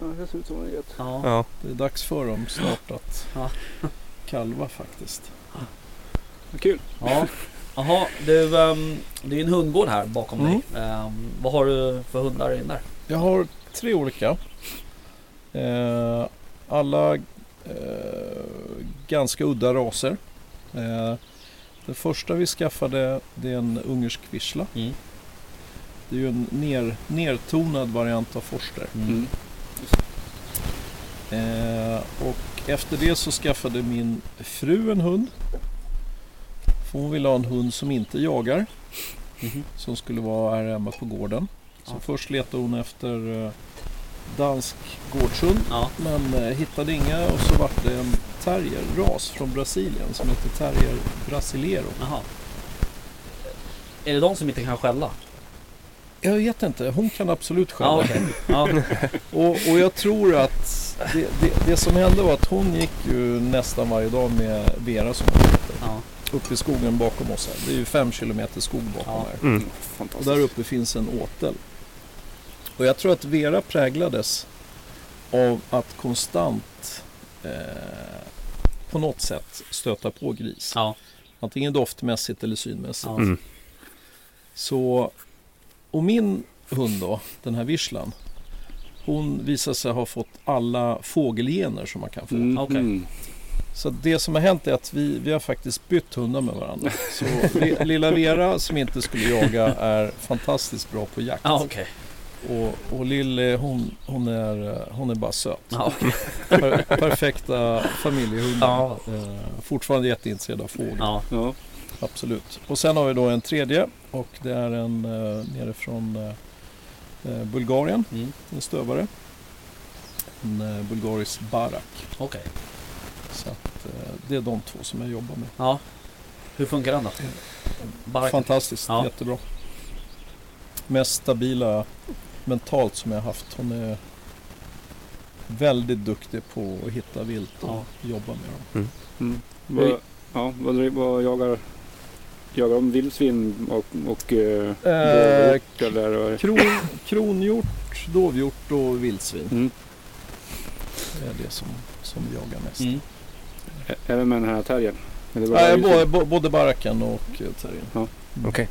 Speaker 1: Ja, det ser ut som en get.
Speaker 2: Ja.
Speaker 3: Ja.
Speaker 4: det är dags för dem snart att
Speaker 2: Ja.
Speaker 4: kalva faktiskt.
Speaker 1: Vad Kul!
Speaker 2: Ja. Jaha, du, ehm, det är ju en hundgård här bakom
Speaker 4: Mm.
Speaker 2: dig. Ehm, vad har du för hundar i den där?
Speaker 4: Jag har tre olika. Eh, alla eh, ganska udda raser. Eh, den första vi skaffade det är en ungersk vissla.
Speaker 2: Mm.
Speaker 4: Det är ju en ner, nertonad variant av forster.
Speaker 1: Mm.
Speaker 4: Eh, och efter det så skaffade min fru en hund. För hon ville ha en hund som inte jagar.
Speaker 2: Mhm.
Speaker 4: Som skulle vara här hemma på gården. Så
Speaker 2: Ja.
Speaker 4: först letade hon efter eh, dansk gårdshund.
Speaker 2: Ja.
Speaker 4: Men eh, hittade inga och så vart det en terrierras från Brasilien som heter terrier brasileiro.
Speaker 2: Jaha. Är det de som inte kan skälla?
Speaker 4: Jag vet inte, hon kan absolut skälla.
Speaker 2: Ja, okej. Ja.
Speaker 4: Och, och jag tror att det, det, det som hände var att hon gick ju nästan varje dag med Vera som hon heter.
Speaker 2: Ja.
Speaker 4: uppe i skogen bakom oss här. Det är ju fem kilometer skog bakom
Speaker 2: Ja.
Speaker 4: här.
Speaker 3: Mm.
Speaker 4: Och
Speaker 1: Fantastiskt.
Speaker 4: där uppe finns en åtel. Och jag tror att Vera präglades av att konstant eh, på något sätt stöta på gris.
Speaker 2: Ja.
Speaker 4: Antingen doftmässigt eller synmässigt.
Speaker 2: Ja.
Speaker 3: Mm.
Speaker 4: Så, och min hund då, den här visslan. Hon visar sig ha fått alla fågelgener som man kan få.
Speaker 1: Mm.
Speaker 2: Okej.
Speaker 1: Mm.
Speaker 4: Så det som har hänt är att vi, vi har faktiskt bytt hundar
Speaker 2: [LAUGHS]
Speaker 4: med varandra. Så li- lilla Vera som inte skulle jaga är fantastiskt bra på jakt.
Speaker 2: Ja, okej.
Speaker 4: Och, och Lille hon, hon, är, eh, hon är bara söt.
Speaker 2: Ja, okej.
Speaker 4: Per, perfekta familjehundar.
Speaker 2: Ja.
Speaker 4: Eh, fortfarande jätteintresserad av fågel.
Speaker 2: Ja.
Speaker 1: Ja.
Speaker 4: Absolut. Och sen har vi då en tredje och det är en eh, nere från eh, eh, Bulgarien.
Speaker 2: Mm.
Speaker 4: En stövare. En eh, bulgarisk barak.
Speaker 2: Okej.
Speaker 4: Så att, eh, det är de två som jag jobbar med.
Speaker 2: Ja. Hur funkar den då? Bara...
Speaker 4: Fantastiskt,
Speaker 2: Ja.
Speaker 4: jättebra. Mest stabila mentalt som jag haft. Hon är väldigt duktig på att hitta vilt och
Speaker 2: Ja.
Speaker 4: jobba med dem.
Speaker 1: Mm. Vad, ja, vad, vad jagar, jagar de vildsvin och, och eh,
Speaker 4: Eh,
Speaker 1: dovhjort eller? vad är det?
Speaker 4: Kron, kronhjort, dovhjort och vildsvin.
Speaker 1: Mm.
Speaker 4: Det är det som, som vi jagar mest.
Speaker 2: Mm.
Speaker 1: Ä- Även med den här terriern? Eller bara
Speaker 4: Nej,
Speaker 1: vildsvin?
Speaker 4: både, bo- både baracken och eh, terriern.
Speaker 3: Okej.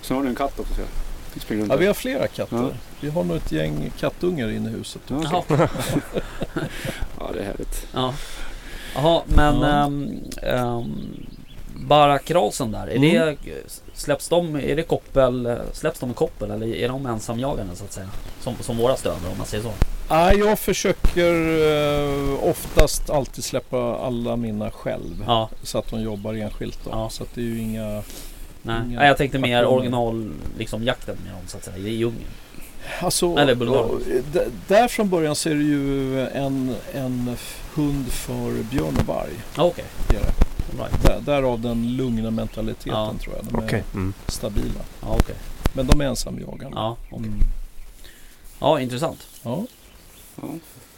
Speaker 1: Sen har ni en katt också ser jag. Fick springa runt
Speaker 4: Ja, vi
Speaker 1: där.
Speaker 4: har flera katter.
Speaker 1: Ja.
Speaker 4: Vi har nog ett gäng kattungar inne i huset.
Speaker 1: Ja, okej.
Speaker 2: Jaha.
Speaker 1: ja, det är härligt.
Speaker 2: Ja. Jaha, men
Speaker 4: Ja.
Speaker 2: ehm, ehm, Barakrasen där, är
Speaker 4: Mm.
Speaker 2: det, släpps de, är det koppel, släpps de i koppel eller är de ensamjagande så att säga? Som, som våra stöver om man säger så.
Speaker 4: Ja, jag försöker eh, oftast alltid släppa alla mina själv.
Speaker 2: Ja,
Speaker 4: Så att de jobbar enskilt då.
Speaker 2: Ja.
Speaker 4: Så att det är ju inga...
Speaker 2: nej.
Speaker 4: Inga
Speaker 2: nej jag tänkte mer
Speaker 4: faktorer.
Speaker 2: original, liksom jakten med dem så att säga, i djungeln.
Speaker 4: Alltså,
Speaker 2: Eller Bulgarien.
Speaker 4: ja, d- där från början så är det ju en, en f- hund för björn och varg.
Speaker 2: Ja, okej.
Speaker 4: Det är det.
Speaker 2: All Right.
Speaker 4: Där, därav den lugna mentaliteten
Speaker 2: Ja.
Speaker 4: tror jag. De är
Speaker 3: Mm.
Speaker 4: stabila.
Speaker 2: Ja, okej.
Speaker 4: Men de är ensamjagande.
Speaker 2: Ja, okej.
Speaker 4: Mm.
Speaker 2: ja, intressant.
Speaker 4: Ja.
Speaker 1: Ja.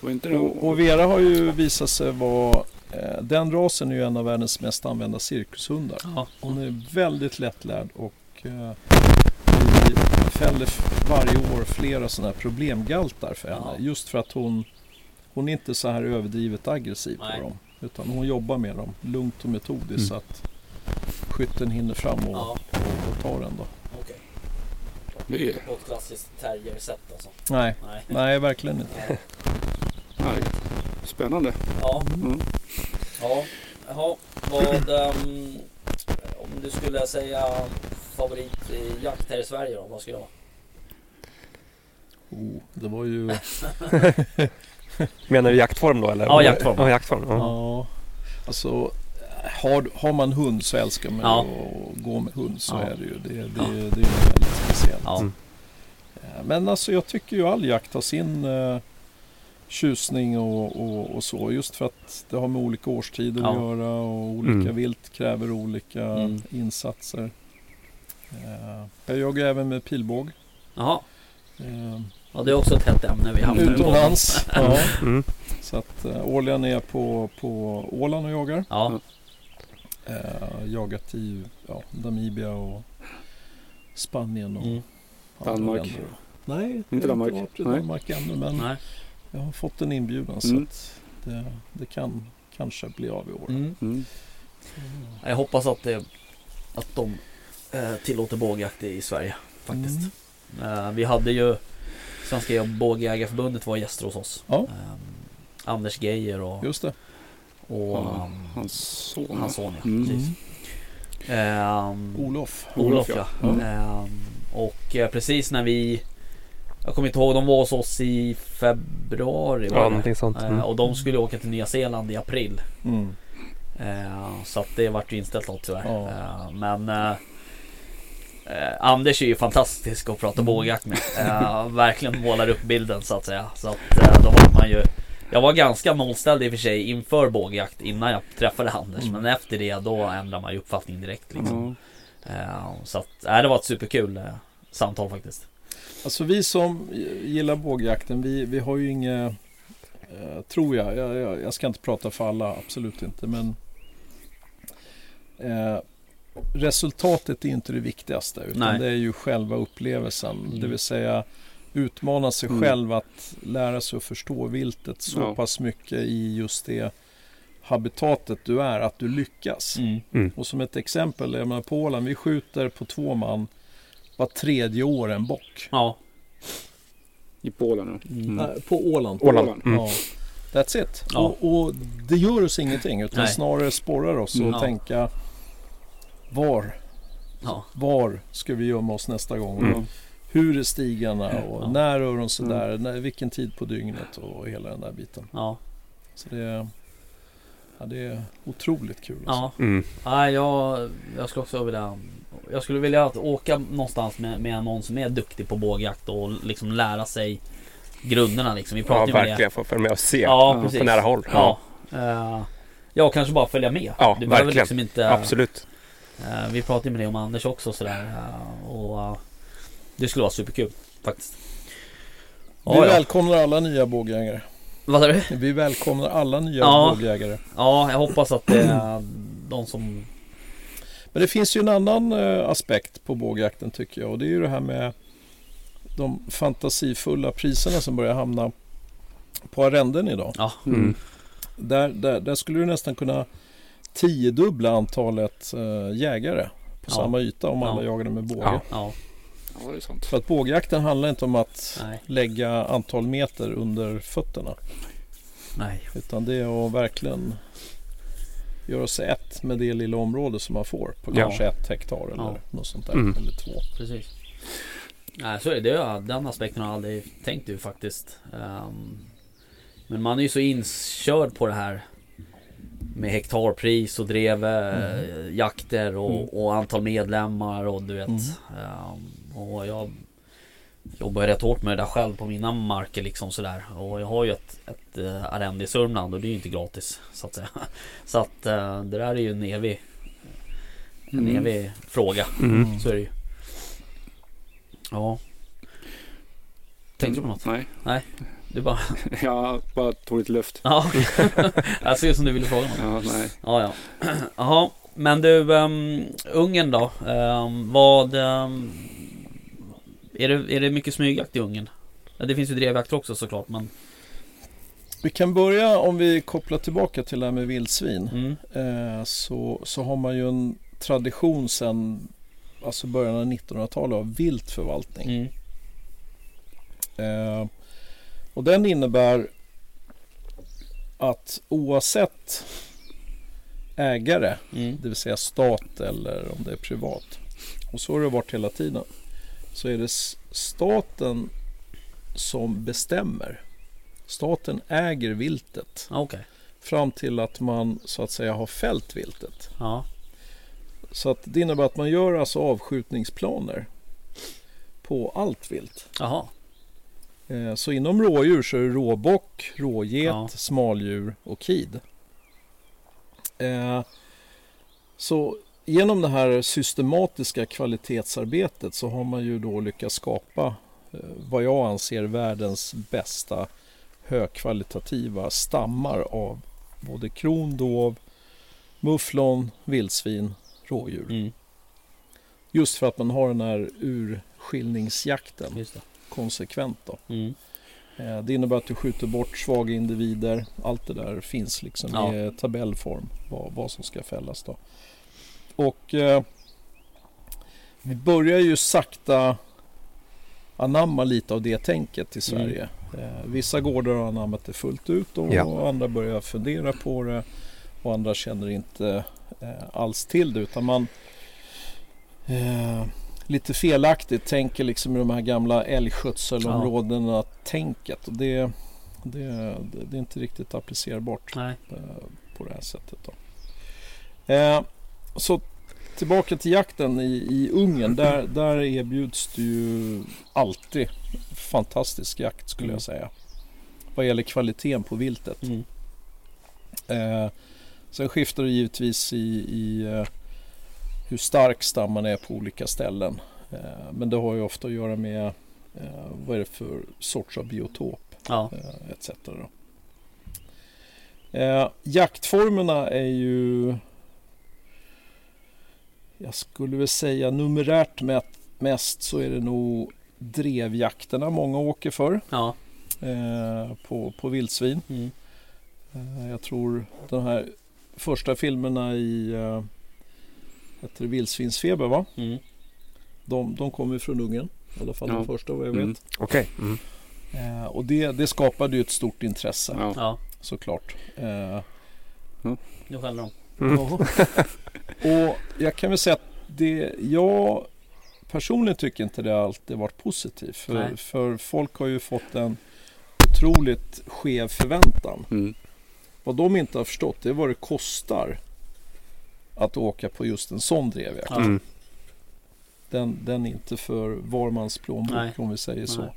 Speaker 1: Och inte
Speaker 4: Och, och
Speaker 1: nog.
Speaker 4: Vera har ju visat sig vara eh, den rasen är ju en av världens mest använda cirkushundar.
Speaker 2: Ja,
Speaker 4: Hon är väldigt lättlärd och eh, vi fäller f- varje år flera sådana här problemgaltar för henne.
Speaker 2: Ja.
Speaker 4: Just för att hon, hon är inte så här överdrivet aggressiv
Speaker 2: Nej.
Speaker 4: på dem. Utan hon jobbar med dem lugnt och metodiskt
Speaker 3: Mm.
Speaker 4: så att skytten hinner fram och,
Speaker 2: ja
Speaker 4: och tar den då.
Speaker 2: okej.
Speaker 1: Det är
Speaker 2: På ett klassiskt terrier-sätt alltså.
Speaker 4: Nej,
Speaker 2: Nej.
Speaker 4: [LAUGHS] nej verkligen inte.
Speaker 1: härligt. Spännande.
Speaker 2: Ja.
Speaker 1: Mm.
Speaker 2: Ja. Jaha, vad... ehm, om du skulle säga favorit i jakt här i Sverige då, vad skulle det vara?
Speaker 4: Oh, det var ju...
Speaker 3: Menar du jaktform då eller?
Speaker 2: Ja, jaktform.
Speaker 3: Ja, jaktform. Ja.
Speaker 4: Ja, alltså har, har man hund så älskar man
Speaker 2: Ja.
Speaker 4: ju att gå med hund så
Speaker 2: Ja.
Speaker 4: är det ju. Det, det,
Speaker 2: Ja.
Speaker 4: det är ju väldigt speciellt.
Speaker 2: Ja.
Speaker 3: Mm.
Speaker 4: Eh, Men alltså jag tycker ju all jakt har sin eh, tjusning och, och, och så. Just för att det har med olika årstider att
Speaker 2: Ja.
Speaker 4: göra och olika
Speaker 3: Mm.
Speaker 4: vilt kräver olika
Speaker 2: Mm.
Speaker 4: insatser. Eh, jag jagar även med pilbåg.
Speaker 2: Jaha,
Speaker 4: Eh,
Speaker 2: ja, det är också ett hett ämne vi hamnar i. [LAUGHS]
Speaker 4: utomlands. ja.
Speaker 3: Mm.
Speaker 4: Så att eh, årligen är jag på, på Åland och jagar.
Speaker 2: Ja,
Speaker 4: Eh, jagat i ja, Namibia och Spanien och
Speaker 2: Mm.
Speaker 4: andra
Speaker 1: Danmark.
Speaker 4: länder. Nej, jag har
Speaker 1: Inte Danmark.
Speaker 4: varit i
Speaker 1: Nej.
Speaker 4: Danmark ännu men
Speaker 2: nej.
Speaker 4: jag har fått en inbjudan
Speaker 1: Mm.
Speaker 4: så att det, det kan kanske bli av i år.
Speaker 2: Mm.
Speaker 1: Mm.
Speaker 2: Jag hoppas att, det, att de eh, tillåter bågjakt i Sverige faktiskt.
Speaker 4: Mm.
Speaker 2: Eh, vi hade ju Svenska bågjägareförbundet var gäster hos oss.
Speaker 4: Ja.
Speaker 2: Eh, Anders Geijer och,
Speaker 4: Just det.
Speaker 2: och
Speaker 1: Ja,
Speaker 2: ehm,
Speaker 1: Hans son.
Speaker 2: hans son. Ja.
Speaker 1: Mm.
Speaker 2: Precis. Ehm,
Speaker 4: Olof.
Speaker 2: Olof
Speaker 1: Olof,
Speaker 2: ja.
Speaker 1: ja. Mm.
Speaker 2: Ehm, och eh, precis när vi Jag kommer inte ihåg, de var hos oss i februari. var
Speaker 3: ja,
Speaker 2: det?
Speaker 3: någonting sånt.
Speaker 2: Eh,
Speaker 3: Mm.
Speaker 2: och de skulle åka till Nya Zeeland i april.
Speaker 4: Mm.
Speaker 2: Eh, Så att det vart ju inställt då tyvärr.
Speaker 4: Ja.
Speaker 2: Eh, Men eh, eh, Anders är ju fantastisk att prata
Speaker 4: Mm.
Speaker 2: bågjakt med. Eh, verkligen målar upp bilden så att säga. Så att eh, då var man ju jag var ganska nollställd i och för sig inför bågjakt innan jag träffade Anders
Speaker 4: Mm.
Speaker 2: Men efter det då ändrar man ju uppfattning direkt liksom.
Speaker 1: Ja.
Speaker 2: Eh, Så att, nej, det var ett superkul eh, samtal faktiskt
Speaker 4: Alltså vi som gillar bågjakten, vi, vi har ju inget, eh, tror jag, jag, jag, jag ska inte prata för alla, absolut inte, men eh, resultatet är inte det viktigaste, utan
Speaker 2: Nej.
Speaker 4: det är ju själva upplevelsen,
Speaker 2: Mm.
Speaker 4: det vill säga utmana sig
Speaker 1: Mm.
Speaker 4: själv att lära sig att förstå viltet så
Speaker 1: Ja.
Speaker 4: pass mycket i just det habitatet du är, att du lyckas.
Speaker 2: Mm.
Speaker 3: Mm.
Speaker 4: Och som ett exempel, jag menar på Åland, vi skjuter på två man var tredje år en bock.
Speaker 2: Ja,
Speaker 1: I Polen nu. Mm.
Speaker 4: Nej, Äh, På Åland.
Speaker 3: Åland. Mm.
Speaker 4: Ja. That's it.
Speaker 2: Ja.
Speaker 4: Och, och det gör oss ingenting utan
Speaker 2: Nej.
Speaker 4: snarare sporrar oss och
Speaker 5: Mm, ja.
Speaker 4: tänka var,
Speaker 2: Ja.
Speaker 4: var ska vi gömma oss nästa gång?
Speaker 3: Mm.
Speaker 4: Hur är stigarna och
Speaker 2: Ja. Mm.
Speaker 4: när rör de sig där? När, vilken tid på dygnet och hela den där biten.
Speaker 2: Ja,
Speaker 4: Så det, ja, det är otroligt kul. Alltså.
Speaker 2: ja.
Speaker 3: Mm.
Speaker 2: Nej, jag, jag skulle också vilja Jag skulle vilja att åka någonstans med, med någon som är duktig på bågjakt och liksom lära sig grunderna liksom. Vi
Speaker 3: Ja,
Speaker 2: pratar ju om det.
Speaker 3: verkligen. Få följa med och se
Speaker 2: Ja, precis.
Speaker 3: på nära håll.
Speaker 2: Ja. Eh, Ja, och kanske bara följa med.
Speaker 3: Ja,
Speaker 2: du behöver
Speaker 3: verkligen.
Speaker 2: liksom inte...
Speaker 3: Ja, Absolut.
Speaker 2: Eh, Vi pratade med det om Anders också sådär. eh, Och eh, det skulle vara superkul faktiskt. Ja,
Speaker 4: Vi
Speaker 2: ja.
Speaker 4: välkomnar alla nya bågjägare.
Speaker 2: Vad sa du?
Speaker 4: Vi välkomnar alla nya
Speaker 2: Ja.
Speaker 4: bågjägare.
Speaker 2: Ja, jag hoppas att det är de som...
Speaker 4: Men det finns ju en annan eh, aspekt på bågjakten tycker jag och det är ju det här med de fantasifulla priserna som börjar hamna på arrenden idag.
Speaker 2: Ja,
Speaker 3: Mm.
Speaker 4: Där, där, där skulle du nästan kunna tiodubbla antalet eh, jägare på
Speaker 2: Ja.
Speaker 4: samma yta om alla
Speaker 2: Ja.
Speaker 4: jagade med båge.
Speaker 3: Ja.
Speaker 2: ja,
Speaker 1: Ja, det är sant.
Speaker 4: För att bågjakten handlar inte om att
Speaker 2: nej,
Speaker 4: lägga antal meter under fötterna
Speaker 2: nej.
Speaker 4: utan det är att verkligen göra sig ett med det lilla område som man får på
Speaker 2: Ja.
Speaker 4: kanske ett hektar eller
Speaker 2: Ja.
Speaker 4: något sånt där.
Speaker 3: Mm.
Speaker 4: Eller två.
Speaker 2: Precis. Nej, så är det. det. har jag- Den aspekten har jag aldrig tänkt ur faktiskt. Ehm, men man är ju så inkörd på det här med hektarpris och drev, eh, jakter och,
Speaker 4: Mm.
Speaker 2: och antal medlemmar och du vet.
Speaker 4: Mm.
Speaker 2: ehm, och jag jobbar ju rätt hårt med det där själv på mina marker liksom sådär. Och jag har ju ett, ett eh, arrende i Sörmland och det är ju inte gratis så att säga. [LAUGHS] Så att eh, det där är ju en evig, en
Speaker 1: Mm.
Speaker 2: evig fråga.
Speaker 3: Mm.
Speaker 2: Så är det ju. Ja. Tänkte du på något?
Speaker 1: Nej, [LAUGHS]
Speaker 2: Du bara...
Speaker 1: jag bara tog lite luft.
Speaker 2: Ja, [LAUGHS] okej. Jag ser som du ville fråga något.
Speaker 1: Ja, nej.
Speaker 2: Ja, ja. Jaha. Men du, um, Ungern då? Ehm, vad... ehm, är, det, är det mycket smygjakt i Ungern? Ja, det finns ju drevjakt också såklart, men...
Speaker 4: Vi kan börja om vi kopplar tillbaka till det här med vildsvin.
Speaker 2: Mm,
Speaker 4: Eh, så, så har man ju en tradition sedan alltså början av 1900-talet av vilt förvaltning.
Speaker 2: mm,
Speaker 4: Eh, och den innebär att oavsett ägare,
Speaker 2: mm,
Speaker 4: det vill säga stat eller om det är privat, och så har det varit hela tiden, så är det s- staten som bestämmer. Staten äger viltet.
Speaker 2: ja, okej.
Speaker 4: fram till att man så att säga har fällt viltet.
Speaker 2: Ja,
Speaker 4: Så att det innebär att man gör alltså avskjutningsplaner på allt vilt.
Speaker 2: jaha.
Speaker 4: Eh, Så inom rådjur så är det råbock, råget,
Speaker 2: Ja.
Speaker 4: smaldjur och kid. Eh, Så genom det här systematiska kvalitetsarbetet så har man ju då lyckats skapa eh, vad jag anser världens bästa högkvalitativa stammar av både krondov, mufflon, vildsvin, rådjur.
Speaker 2: Mm,
Speaker 4: Just för att man har den här urskiljningsjakten
Speaker 2: just det.
Speaker 4: konsekvent. Då.
Speaker 2: Mm,
Speaker 4: Eh, Det innebär att du skjuter bort svaga individer. Allt det där finns liksom
Speaker 2: Ja.
Speaker 4: i eh, tabellform. Vad, vad som ska fällas då. Och eh, vi börjar ju sakta anamma lite av det tänket i Sverige. Eh, vissa gårdar har anammat det fullt ut och,
Speaker 3: Ja.
Speaker 4: och andra börjar fundera på det. Och andra känner inte eh, alls till det utan man eh, lite felaktigt tänker liksom i de här gamla älgskötselområdena tänket. Och det, det, det, det är inte riktigt applicerbart
Speaker 2: nej.
Speaker 4: eh, på det här sättet. Då. Eh, så tillbaka till jakten i, i Ungern. Där, där erbjuds det ju alltid fantastisk jakt skulle
Speaker 2: Mm.
Speaker 4: jag säga. Vad gäller kvaliteten på viltet.
Speaker 2: Mm,
Speaker 4: Eh, sen skiftar det givetvis i, i eh, hur stark stammen är på olika ställen. Eh, men det har ju ofta att göra med eh, vad är det för sorts av biotop
Speaker 2: ja,
Speaker 4: eh, etc. Då. Eh, jaktformerna är ju jag skulle väl säga numerärt mätt, mest så är det nog drevjakterna många åker för
Speaker 2: ja.
Speaker 4: eh, på, på vildsvin.
Speaker 2: Mm,
Speaker 4: Eh, Jag tror de här första filmerna i eh, heter det Vildsvinsfeber va?
Speaker 2: mm,
Speaker 4: De, de kommer ju från Ungern. I alla fall
Speaker 1: Ja.
Speaker 4: de första vad jag vet.
Speaker 1: Mm.
Speaker 3: Okej. Mm.
Speaker 4: Eh, och det, det skapade ju ett stort intresse.
Speaker 1: Ja.
Speaker 2: ja.
Speaker 4: såklart. Eh,
Speaker 2: Nu skäller de.
Speaker 3: Mm.
Speaker 4: och jag kan väl säga att det, jag personligen tycker inte det alltid varit positivt. För,
Speaker 2: Nej.
Speaker 4: för folk har ju fått en otroligt skev förväntan.
Speaker 1: Mm.
Speaker 4: Vad de inte har förstått det är vad det kostar att åka på just en sån drevjakt.
Speaker 2: Ja.
Speaker 3: Mm.
Speaker 4: Den, den är inte för var mans
Speaker 2: Nej.
Speaker 4: plånbok om vi säger så.
Speaker 2: Nej.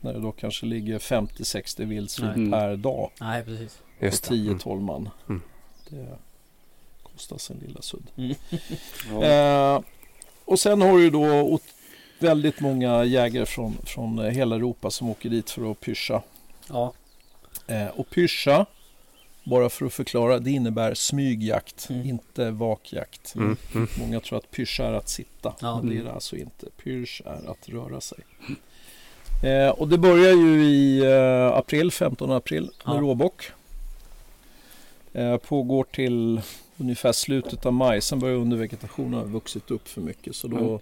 Speaker 4: När det då kanske ligger 50-60 vildsvin
Speaker 2: Nej.
Speaker 1: Mm.
Speaker 4: per dag
Speaker 2: Nej precis.
Speaker 4: på
Speaker 3: Just det. Mm.
Speaker 4: 10-12 man.
Speaker 3: Mm.
Speaker 4: Det kostar sin lilla sudd.
Speaker 1: Ja.
Speaker 4: Eh, och sen har du ju då ot- väldigt många jägare från, från eh, hela Europa som åker dit för att pyscha.
Speaker 2: Ja.
Speaker 4: Eh, och pyscha, bara för att förklara, det innebär smygjakt,
Speaker 2: Mm.
Speaker 4: inte vakjakt.
Speaker 3: Mm. Mm.
Speaker 4: Många tror att pyrsch är att sitta,
Speaker 2: Ja. Mm.
Speaker 4: men det är det alltså inte. Pyrsch är att röra sig. Eh, och det börjar ju i eh, april, 15 april, med
Speaker 2: Ja.
Speaker 4: råbock. Eh, pågår till ungefär slutet av maj, sen börjar undervegetationen ha vuxit upp för mycket. Så då
Speaker 1: Mm.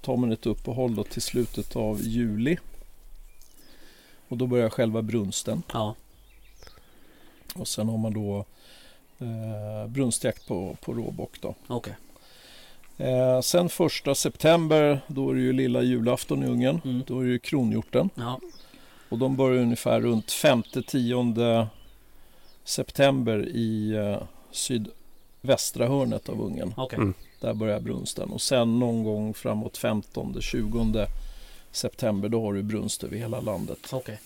Speaker 4: tar man ett uppehåll då till slutet av juli. Och då börjar själva brunsten.
Speaker 2: Ja.
Speaker 4: Och sen har man då eh, brunstjakt på, på råbock då.
Speaker 2: Okej.
Speaker 4: Eh, sen första september, då är det ju lilla julafton i Ungern.
Speaker 2: Mm.
Speaker 4: Då är det ju kronhjorten.
Speaker 2: Ja.
Speaker 4: Och de börjar ungefär runt 5-10 september i eh, sydvästra hörnet av Ungern.
Speaker 2: Okej.
Speaker 3: Mm.
Speaker 4: Där börjar brunsten. Och sen någon gång framåt 15-20 september, då har du brunst över hela landet.
Speaker 2: Okej.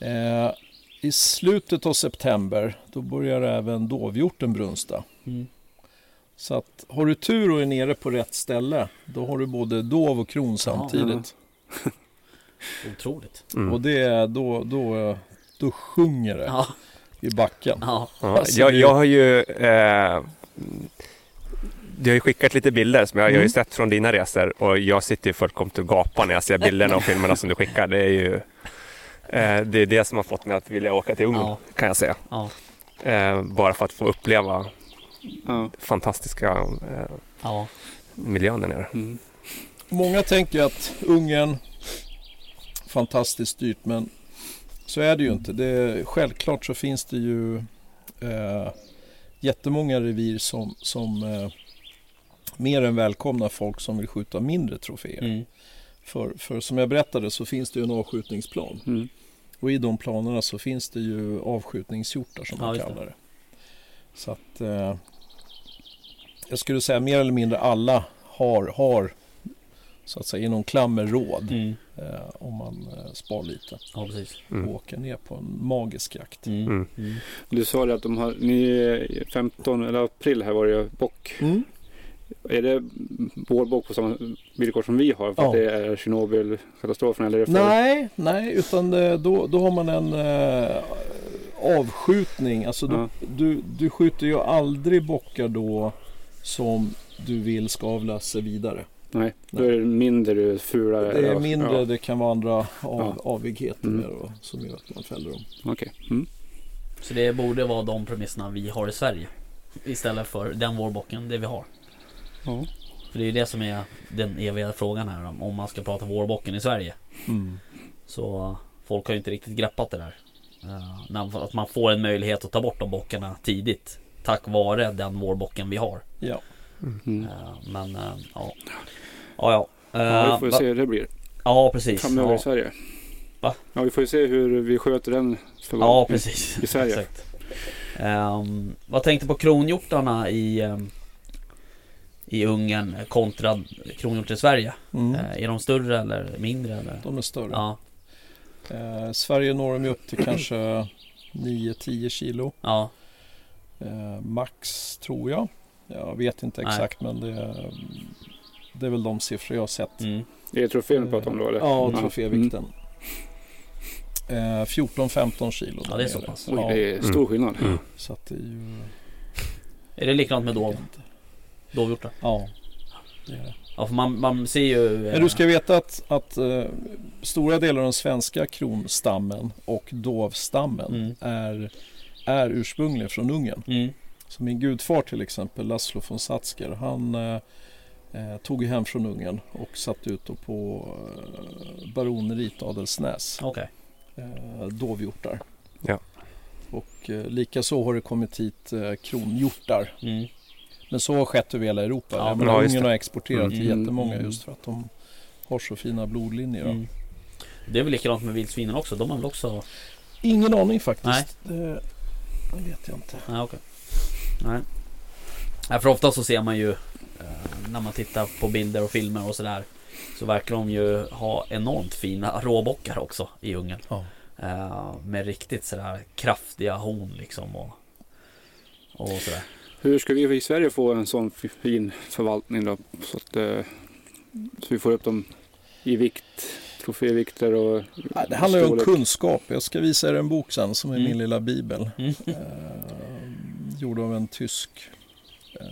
Speaker 4: Eh, I slutet av september, då börjar även dovhjorten brunsta.
Speaker 2: Mm.
Speaker 4: Så att har du tur och är nere på rätt ställe, då har du både dov och kron samtidigt.
Speaker 2: Otroligt.
Speaker 3: Mm.
Speaker 4: Och det är då, då, då sjunger det
Speaker 2: Ja.
Speaker 4: i backen.
Speaker 2: Ja.
Speaker 3: Ja,
Speaker 4: Alltså,
Speaker 3: jag,
Speaker 4: det-
Speaker 3: jag har ju... Eh, du har ju skickat lite bilder som jag, jag har ju
Speaker 4: Mm.
Speaker 3: sett från dina resor och jag sitter ju fullkomligt och gapar när jag ser bilderna och filmerna som du skickar. Det är ju eh, det, är det som har fått mig att vilja åka till Ungern
Speaker 2: Ja.
Speaker 3: kan jag säga.
Speaker 2: Ja.
Speaker 3: Eh, bara för att få uppleva
Speaker 1: Ja.
Speaker 3: fantastiska eh,
Speaker 2: Ja.
Speaker 3: miljön där nere.
Speaker 1: Mm.
Speaker 4: Många tänker att Ungern, fantastiskt dyrt, men så är det ju inte. Det, självklart så finns det ju eh, jättemånga revir som, som eh, mer än välkomnar folk som vill skjuta mindre troféer.
Speaker 2: Mm.
Speaker 4: För, för som jag berättade så finns det ju en avskjutningsplan.
Speaker 1: Mm.
Speaker 4: Och i de planerna så finns det ju avskjutningshjortar som
Speaker 2: Ja,
Speaker 4: man
Speaker 2: just det.
Speaker 4: kallar det. Så att eh, jag skulle säga mer eller mindre alla har, har så att säga inom klammer råd
Speaker 2: Mm.
Speaker 4: eh, om man eh, spar lite
Speaker 2: Ja precis.
Speaker 4: och
Speaker 3: Mm.
Speaker 4: åker ner på en magisk jakt.
Speaker 2: Mm.
Speaker 3: Mm.
Speaker 2: Mm.
Speaker 1: Du sa det att de har, ni, 15 eller april här var det ju bock.
Speaker 4: Mm.
Speaker 1: Är det vår bock på samma villkor som vi har för att
Speaker 4: Ja.
Speaker 1: det är Tjernobylkatastrofen eller är det för-
Speaker 4: Nej, nej, utan eh, då, då har man en eh, avskjutning. Alltså du,
Speaker 1: Ja.
Speaker 4: du, du skjuter ju aldrig bockar då som du vill ska avlösa vidare.
Speaker 1: Nej, då är det mindre fulare.
Speaker 4: Det är
Speaker 1: eller-
Speaker 4: mindre,
Speaker 1: Ja,
Speaker 4: det kan vara andra av,
Speaker 1: Ja.
Speaker 4: avigheter
Speaker 1: Mm.
Speaker 4: med då, som gör att man fäller dem.
Speaker 1: Okej. Mm.
Speaker 2: Så det borde vara de premisserna vi har i Sverige. Istället för den vårbocken, det vi har.
Speaker 1: Ja.
Speaker 2: För det är ju det som är den eviga frågan här om, om man ska prata vårbocken i Sverige. Mm. Så folk har ju inte riktigt greppat det där. Eh, när- Att man får en möjlighet att ta bort de bockarna tidigt. Tack vare den vårbocken vi har.
Speaker 4: Ja.
Speaker 1: Mm.
Speaker 2: Eh, Men eh, ja. Ja ja. Eh,
Speaker 1: Ja, vi får ju
Speaker 2: va-
Speaker 1: se hur det blir
Speaker 2: Ja precis.
Speaker 1: framöver
Speaker 2: Ja.
Speaker 1: i Sverige.
Speaker 2: Va?
Speaker 1: Ja, vi får ju se hur vi sköter den. För
Speaker 2: Ja, precis.
Speaker 1: i Sverige.
Speaker 2: [LAUGHS] Exakt. Ehm, vad tänkte på kronhjortarna i, ehm, i Ungern kontra kronhjortar i Sverige?
Speaker 4: Mm.
Speaker 2: Eh, är de större eller mindre? Eller?
Speaker 4: De är större.
Speaker 2: Ja,
Speaker 4: Eh, Sverige når de ju upp till kanske 9-10 kilo
Speaker 2: ja,
Speaker 4: eh, max tror jag. Jag vet inte
Speaker 2: Nej.
Speaker 4: exakt men det är, det är väl de siffror jag har sett.
Speaker 2: mm,
Speaker 1: Är det trofén vi pratar om då eller?
Speaker 4: Ja,
Speaker 1: Mm.
Speaker 4: trofévikten. Eh, 14-15 kilo.
Speaker 2: ja, det är så pass.
Speaker 1: Oj, det är stor
Speaker 3: Mm.
Speaker 1: skillnad.
Speaker 3: Mm.
Speaker 4: Så att det är ju...
Speaker 2: Är det likadant med dov, dovhjortar?
Speaker 4: Ja, det är det.
Speaker 2: Ja, för man, man ser ju... eh,
Speaker 4: Men du ska veta att, att eh, stora delar av den svenska kronstammen och dovstammen
Speaker 2: Mm.
Speaker 4: är, är ursprungligen från Ungern.
Speaker 2: Mm,
Speaker 4: Så min gudfar till exempel, Laszlo von Satzker, han eh, eh, tog ju hem från Ungern och satt ut då på eh, baroneriet Adelsnäs,
Speaker 2: Okej.
Speaker 4: eh, dovhjortar.
Speaker 3: Ja.
Speaker 4: Och eh, likaså har det kommit hit eh, kronhjortar.
Speaker 2: Mm.
Speaker 4: Men så har skett över hela Europa.
Speaker 2: Ja,
Speaker 4: Jag
Speaker 3: ja,
Speaker 4: menar,
Speaker 3: just
Speaker 4: Ungern
Speaker 3: det.
Speaker 4: har exporterat
Speaker 2: Mm.
Speaker 4: jättemånga
Speaker 2: Mm.
Speaker 4: just för att de har så fina blodlinjer. då.
Speaker 2: Mm. Det är väl likadant med vildsvinen också. De har väl också...
Speaker 4: Ingen aning faktiskt. Det, det vet jag inte.
Speaker 2: Nej, okej. Nej. Nej, för ofta så ser man ju eh, när man tittar på bilder och filmer och sådär. Så verkar de ju ha enormt fina råbockar också i Ungern.
Speaker 4: Ja.
Speaker 2: Eh, med riktigt sådär kraftiga horn liksom. Och, och sådär.
Speaker 1: Hur ska vi i Sverige få en sån fin förvaltning då? Så att eh, så vi får upp dem i vikt, trofévikter och...
Speaker 4: Nej, Det handlar ju om
Speaker 1: Storlek.
Speaker 4: kunskap. Jag ska visa er en bok sen som är
Speaker 2: Mm.
Speaker 4: min lilla bibel.
Speaker 2: Mm.
Speaker 4: Eh, gjord av en tysk. Eh,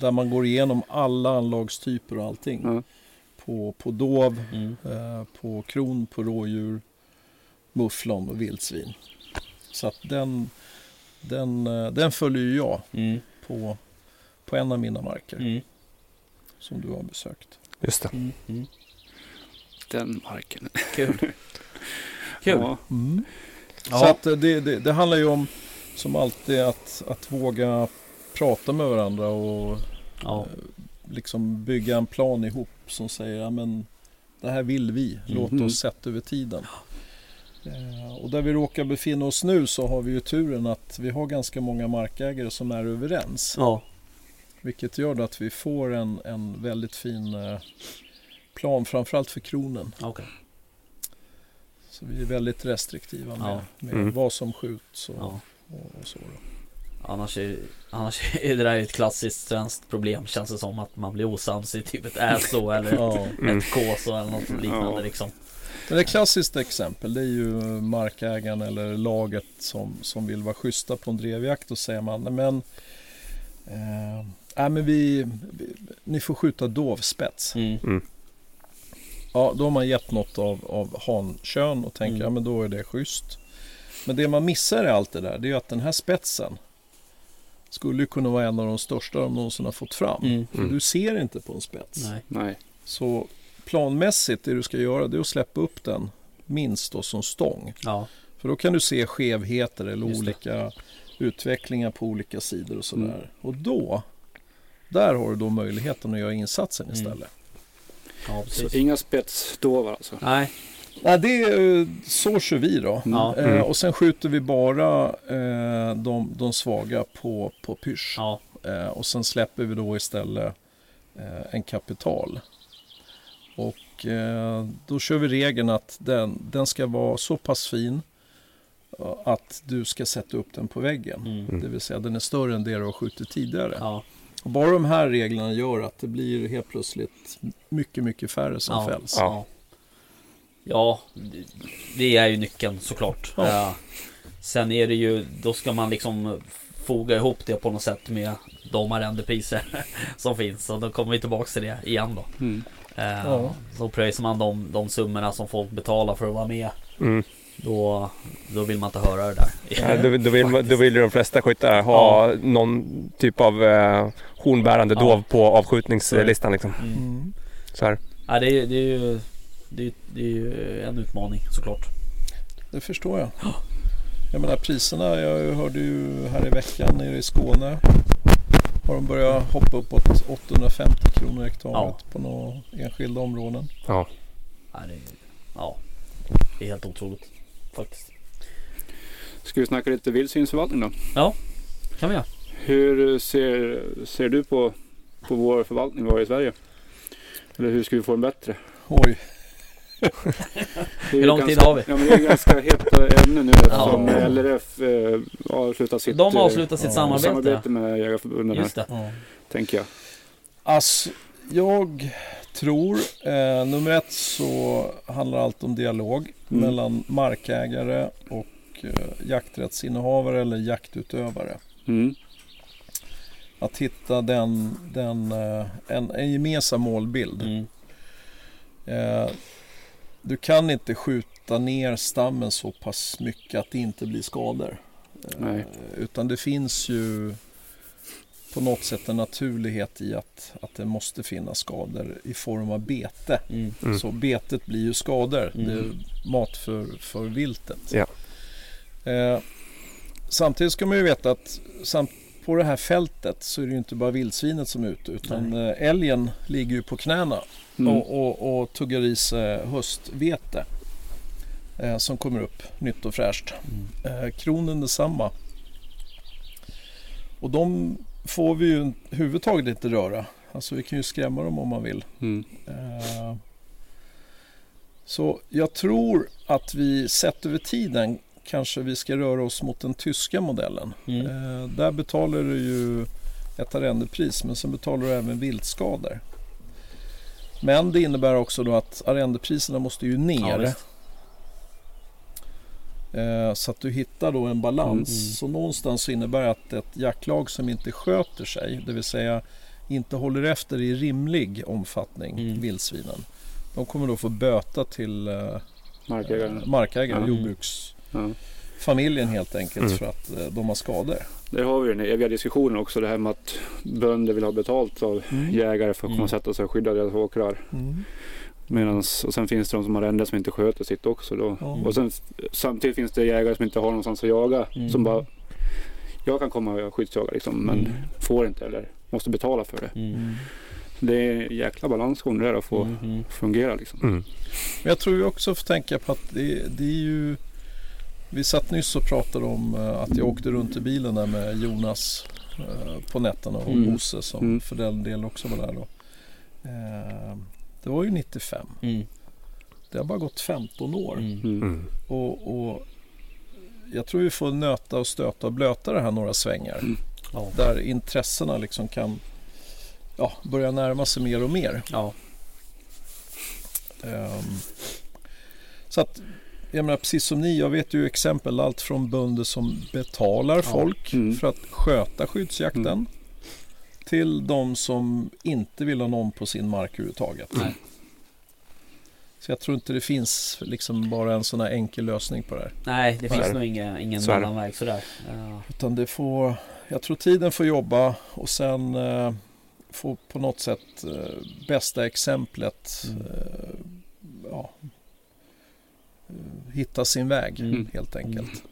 Speaker 4: där man går igenom alla anlagstyper och allting.
Speaker 1: Ja.
Speaker 4: På, på dov,
Speaker 2: Mm.
Speaker 4: eh, på kron, på rådjur, mufflon och vildsvin. Så att den, den, eh, den följer ju jag
Speaker 2: Mm.
Speaker 4: på, på en av mina marker
Speaker 2: Mm.
Speaker 4: som du har besökt.
Speaker 3: Just det.
Speaker 2: Mm. Mm.
Speaker 1: Den marken.
Speaker 2: Kul. Kul.
Speaker 1: Ja.
Speaker 2: Ja.
Speaker 4: Mm. Så att eh, det, det, det handlar ju om, som alltid, att, att våga prata med varandra och
Speaker 2: Ja.
Speaker 4: liksom bygga en plan ihop som säger ja men det här vill vi, låt
Speaker 1: Mhm.
Speaker 4: oss sätta över tiden. Eh, Och där vi råkar befinna oss nu så har vi ju turen att vi har ganska många markägare som är överens.
Speaker 2: Ja.
Speaker 4: Vilket gör då att vi får en, en väldigt fin eh, plan, framförallt för kronen.
Speaker 2: Okej.
Speaker 4: Så vi är väldigt restriktiva med,
Speaker 2: Ja.
Speaker 4: med
Speaker 3: Mm.
Speaker 4: vad som skjuts och,
Speaker 2: Ja.
Speaker 4: och, och så. Då.
Speaker 2: Annars är, annars [LAUGHS] är det där ett klassiskt svenskt problem känns det som att man blir osams i typ ett äso eller ett,
Speaker 4: Ja.
Speaker 3: Mm.
Speaker 2: ett kåso eller något liknande
Speaker 1: Ja.
Speaker 2: liksom.
Speaker 4: Men ett klassiskt exempel det är ju markägaren eller laget som, som vill vara schyssta på en drevjakt och säger man "Nej, men, eh, nej, men vi, vi, ni får skjuta dovspets.
Speaker 2: Mm.
Speaker 4: Ja, då har man gett något av, av hankön och tänker
Speaker 2: Mm.
Speaker 4: ja, men då är det schysst. Men det man missar i allt det där det är ju att den här spetsen skulle ju kunna vara en av de största de någonsin har fått fram.
Speaker 2: Mm.
Speaker 4: För
Speaker 3: Mm.
Speaker 4: Du ser inte på en spets.
Speaker 2: Nej.
Speaker 1: Nej.
Speaker 4: Så planmässigt det du ska göra det är att släppa upp den minst då som stång.
Speaker 2: Ja.
Speaker 4: För då kan du se skevheter eller
Speaker 2: Just det.
Speaker 4: olika utvecklingar på olika sidor och sådär.
Speaker 2: Mm.
Speaker 4: Och då, där har du då möjligheten att göra insatsen
Speaker 2: Mm.
Speaker 4: istället.
Speaker 2: ja,
Speaker 1: Så
Speaker 2: precis.
Speaker 1: inga spetsdåvar alltså.
Speaker 2: Nej.
Speaker 4: Nej, det är, eh, så kör vi då.
Speaker 2: Ja. Mm.
Speaker 4: Eh, och sen skjuter vi bara eh, de, de svaga på, på pysch.
Speaker 2: Ja.
Speaker 4: Eh, och sen släpper vi då istället eh, en kapital. Och eh, då kör vi regeln att den, den ska vara så pass fin eh, att du ska sätta upp den på väggen.
Speaker 2: Mm.
Speaker 4: Det vill säga den är större än det du har skjutit tidigare.
Speaker 2: Ja.
Speaker 4: Och bara de här reglerna gör att det blir helt plötsligt mycket, mycket färre som
Speaker 2: ja.
Speaker 4: fälls.
Speaker 2: Ja. Ja, det- det är ju nyckeln såklart.
Speaker 4: Ja.
Speaker 2: Eh, sen är det ju, då ska man liksom foga ihop det på något sätt med de arrendepriser [LAUGHS] som finns. Så då kommer vi tillbaka till det igen då.
Speaker 1: Mm.
Speaker 2: Eh,
Speaker 4: Ja.
Speaker 2: Så pröjsar man de, de summorna som folk betalar för att vara med
Speaker 3: Mm.
Speaker 2: Då, då vill man inte höra det där
Speaker 3: Ja, då, då, vill, då vill ju de flesta skyttar ha någon typ av eh, hornbärande
Speaker 2: Ja.
Speaker 3: dov på avskjutningslistan. Liksom.
Speaker 2: mm.
Speaker 4: Mm.
Speaker 3: Så här.
Speaker 2: ja, det, är, det, är ju, det, är, det är ju en utmaning såklart
Speaker 4: Det förstår jag. Jag menar priserna, jag hörde ju här i veckan nere i Skåne har de börjat hoppa uppåt 850 kronor hektaret
Speaker 2: Ja.
Speaker 4: på några enskilda områden.
Speaker 2: ja, det, är, ja, det är helt otroligt Faktiskt
Speaker 1: Ska vi snacka lite vildsvinsförvaltning då?
Speaker 2: Kan vi göra?
Speaker 1: Hur ser, ser du på, på vår förvaltning vi har i Sverige? Eller hur ska vi få den bättre?
Speaker 4: Oj,
Speaker 1: Det är
Speaker 2: Hur
Speaker 1: ju
Speaker 2: lång tid
Speaker 1: ganska,
Speaker 2: har vi?
Speaker 1: Ja, men det är ganska hett ämne nu eftersom
Speaker 2: Ja.
Speaker 1: LRF eh, avslutar sitt
Speaker 2: De
Speaker 1: eh,
Speaker 2: avslutar sitt
Speaker 4: ja,
Speaker 2: samarbete,
Speaker 1: samarbete med Jägarförbundet här,
Speaker 2: Just det
Speaker 1: tänker jag.
Speaker 4: Alltså, jag tror, eh, nummer ett så handlar allt om dialog
Speaker 1: Mm.
Speaker 4: mellan markägare och eh, jakträttsinnehavare eller jaktutövare.
Speaker 1: Mm.
Speaker 4: Att hitta den, den, eh, en, en gemensam målbild.
Speaker 2: mm.
Speaker 4: Eh, du kan inte skjuta ner stammen så pass mycket att det inte blir skador. Eh,
Speaker 1: Nej.
Speaker 4: Utan det finns ju på något sätt en naturlighet i att, att det måste finnas skador i form av bete.
Speaker 2: Mm.
Speaker 3: Mm.
Speaker 4: Så betet blir ju skador.
Speaker 2: Mm.
Speaker 4: Det är mat för, för viltet.
Speaker 3: Ja.
Speaker 4: Eh, samtidigt ska man ju veta att samt på det här fältet så är det ju inte bara vildsvinet som är ute utan eh, älgen ligger ju på knäna
Speaker 2: Mm.
Speaker 4: och, och, och tuggar i sig höstvete eh, som kommer upp nytt och fräscht. Eh, kronen detsamma. Och de får vi ju överhuvudtaget inte röra. Alltså vi kan ju skrämma dem om man vill.
Speaker 1: Mm.
Speaker 4: Eh, Så jag tror att vi sett över tiden kanske vi ska röra oss mot den tyska modellen.
Speaker 2: Mm.
Speaker 4: Eh, Där betalar du ju ett arrendepris men sen betalar du även viltskador. Men det innebär också då att arrendepriserna måste ju
Speaker 2: Ja,
Speaker 4: ner.
Speaker 2: visst.
Speaker 4: Eh, så att du hittar då en balans.
Speaker 1: Mm.
Speaker 4: Så någonstans så innebär det att ett jaktlag som inte sköter sig, det vill säga inte håller efter i rimlig omfattning
Speaker 2: Mm.
Speaker 4: vildsvinen. De kommer då få böta till eh,
Speaker 1: Markägaren.
Speaker 4: markägaren,
Speaker 1: Ja. Ja.
Speaker 4: jordbruksfamiljen helt enkelt
Speaker 1: Mm.
Speaker 4: för att eh, de har skador.
Speaker 1: Där har vi den eviga diskussionen också. Det här med att bönder vill ha betalt av
Speaker 2: Mm.
Speaker 1: jägare för att komma och sätta sig och skydda deras åkrar.
Speaker 4: Mm.
Speaker 1: Medans, och sen finns det de som har arrenden som inte sköter sitt också. Då.
Speaker 4: Ja.
Speaker 1: Och sen, samtidigt finns det jägare som inte har någonstans att jaga.
Speaker 2: Mm.
Speaker 1: Som bara, jag kan komma och skyddsjaga liksom, men
Speaker 2: Mm.
Speaker 1: får inte eller måste betala för det.
Speaker 2: Mm.
Speaker 1: Det är en jäkla balansgång det där att få
Speaker 2: Mm.
Speaker 1: fungera. Liksom.
Speaker 4: Men jag tror ju också att tänka på att det, det är ju... Vi satt nyss och pratade om eh, att jag åkte runt i bilen där med Jonas eh, på nätterna och
Speaker 2: Mm.
Speaker 4: Bosse som
Speaker 1: Mm.
Speaker 4: för den delen också var där då. Eh, Det var ju 95.
Speaker 2: Mm.
Speaker 4: Det har bara gått 15 år.
Speaker 2: Mm.
Speaker 1: Mm.
Speaker 3: Mm.
Speaker 4: Och, och jag tror vi får nöta och stöta och blöta det här några svängar.
Speaker 2: Ja.
Speaker 4: Där intressena liksom kan ja, börja närma sig mer och mer.
Speaker 2: Ja.
Speaker 4: Ehm, så att, jag menar precis som ni, jag vet ju exempel allt från bönder som betalar folk
Speaker 1: Mm.
Speaker 4: för att sköta skyddsjakten.
Speaker 1: Mm.
Speaker 4: Till de som inte vill ha någon på sin mark överhuvudtaget.
Speaker 2: Nej.
Speaker 4: Så jag tror inte det finns liksom bara en sån här enkel lösning på det här.
Speaker 2: Nej, det
Speaker 1: Så är
Speaker 2: finns
Speaker 1: det.
Speaker 2: nog inga, ingen
Speaker 3: Så är det.
Speaker 2: mellanväg sådär. Ja.
Speaker 4: Utan det får, jag tror tiden får jobba och sen eh, få på något sätt eh, bästa exemplet
Speaker 2: Mm.
Speaker 4: eh, ja, eh, hitta sin väg
Speaker 2: Mm.
Speaker 4: helt enkelt.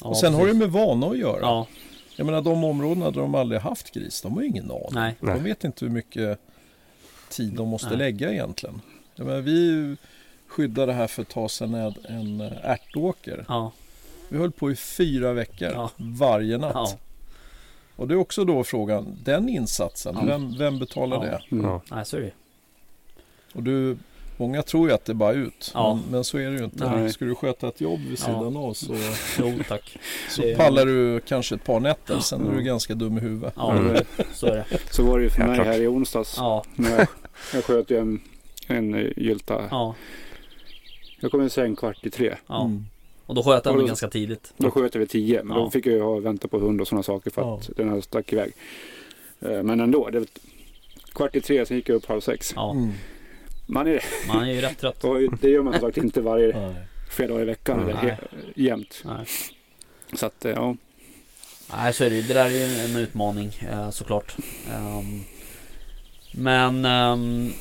Speaker 2: Ja,
Speaker 4: och sen har det
Speaker 2: precis.
Speaker 4: med vana att göra.
Speaker 2: Ja,
Speaker 4: Jag menar de områdena där de aldrig haft gris, de har ju ingen aning.
Speaker 2: nej.
Speaker 4: De vet inte hur mycket tid de måste
Speaker 2: Nej.
Speaker 4: lägga egentligen. Jag menar, vi skyddade här för ett tag sedan en, en eh, ärtåker.
Speaker 2: Ja,
Speaker 4: Vi höll på i fyra veckor
Speaker 2: Ja.
Speaker 4: varje natt.
Speaker 2: ja,
Speaker 4: Och det är också då frågan, den insatsen,
Speaker 2: Ja.
Speaker 4: vem, vem betalar
Speaker 2: Ja.
Speaker 4: det?
Speaker 1: Mm.
Speaker 3: Ja.
Speaker 2: nej så är det ju.
Speaker 4: Och du, många tror ju att det är bara ut,
Speaker 2: Ja.
Speaker 4: men, men så är det ju inte.
Speaker 2: Nej.
Speaker 4: Ska du sköta ett jobb vid
Speaker 2: Ja.
Speaker 4: sidan
Speaker 2: [LAUGHS]
Speaker 4: av så,
Speaker 2: Jo tack.
Speaker 4: [LAUGHS] så
Speaker 2: Det-
Speaker 4: pallar du kanske ett par nätter, sen är du
Speaker 1: Mm.
Speaker 4: ganska dum i huvudet.
Speaker 2: Ja,
Speaker 3: Mm.
Speaker 2: så är det.
Speaker 1: Så var det ju för
Speaker 3: Ja,
Speaker 1: mig
Speaker 3: klart.
Speaker 1: här i onsdags.
Speaker 2: Ja,
Speaker 1: När jag, jag sköt ju en, en eh, gylta.
Speaker 2: ja,
Speaker 1: Jag kom i säng kvart i tre.
Speaker 2: ja.
Speaker 4: Mm.
Speaker 2: Och då sköt jag
Speaker 1: Och
Speaker 2: den
Speaker 1: då-
Speaker 2: ganska tidigt.
Speaker 1: Då sköt jag vid tio, men
Speaker 2: Ja.
Speaker 1: då fick jag ju ha- vänta på hund och sådana saker för att
Speaker 4: Ja.
Speaker 1: den här stack iväg. Eh, Men ändå, det var kvart i tre, sen gick jag upp halv sex.
Speaker 2: Ja,
Speaker 4: Mm.
Speaker 1: Man är,
Speaker 2: man är ju rätt trött.
Speaker 1: och det gör man som sagt inte varje
Speaker 4: Nej.
Speaker 1: fredag i veckan eller
Speaker 2: Nej.
Speaker 1: he, jämt.
Speaker 2: Nej.
Speaker 1: Så att, eh, ja.
Speaker 2: Nej, så är det ju. Det där är ju en, en utmaning eh, såklart. Ehm, men... ehm,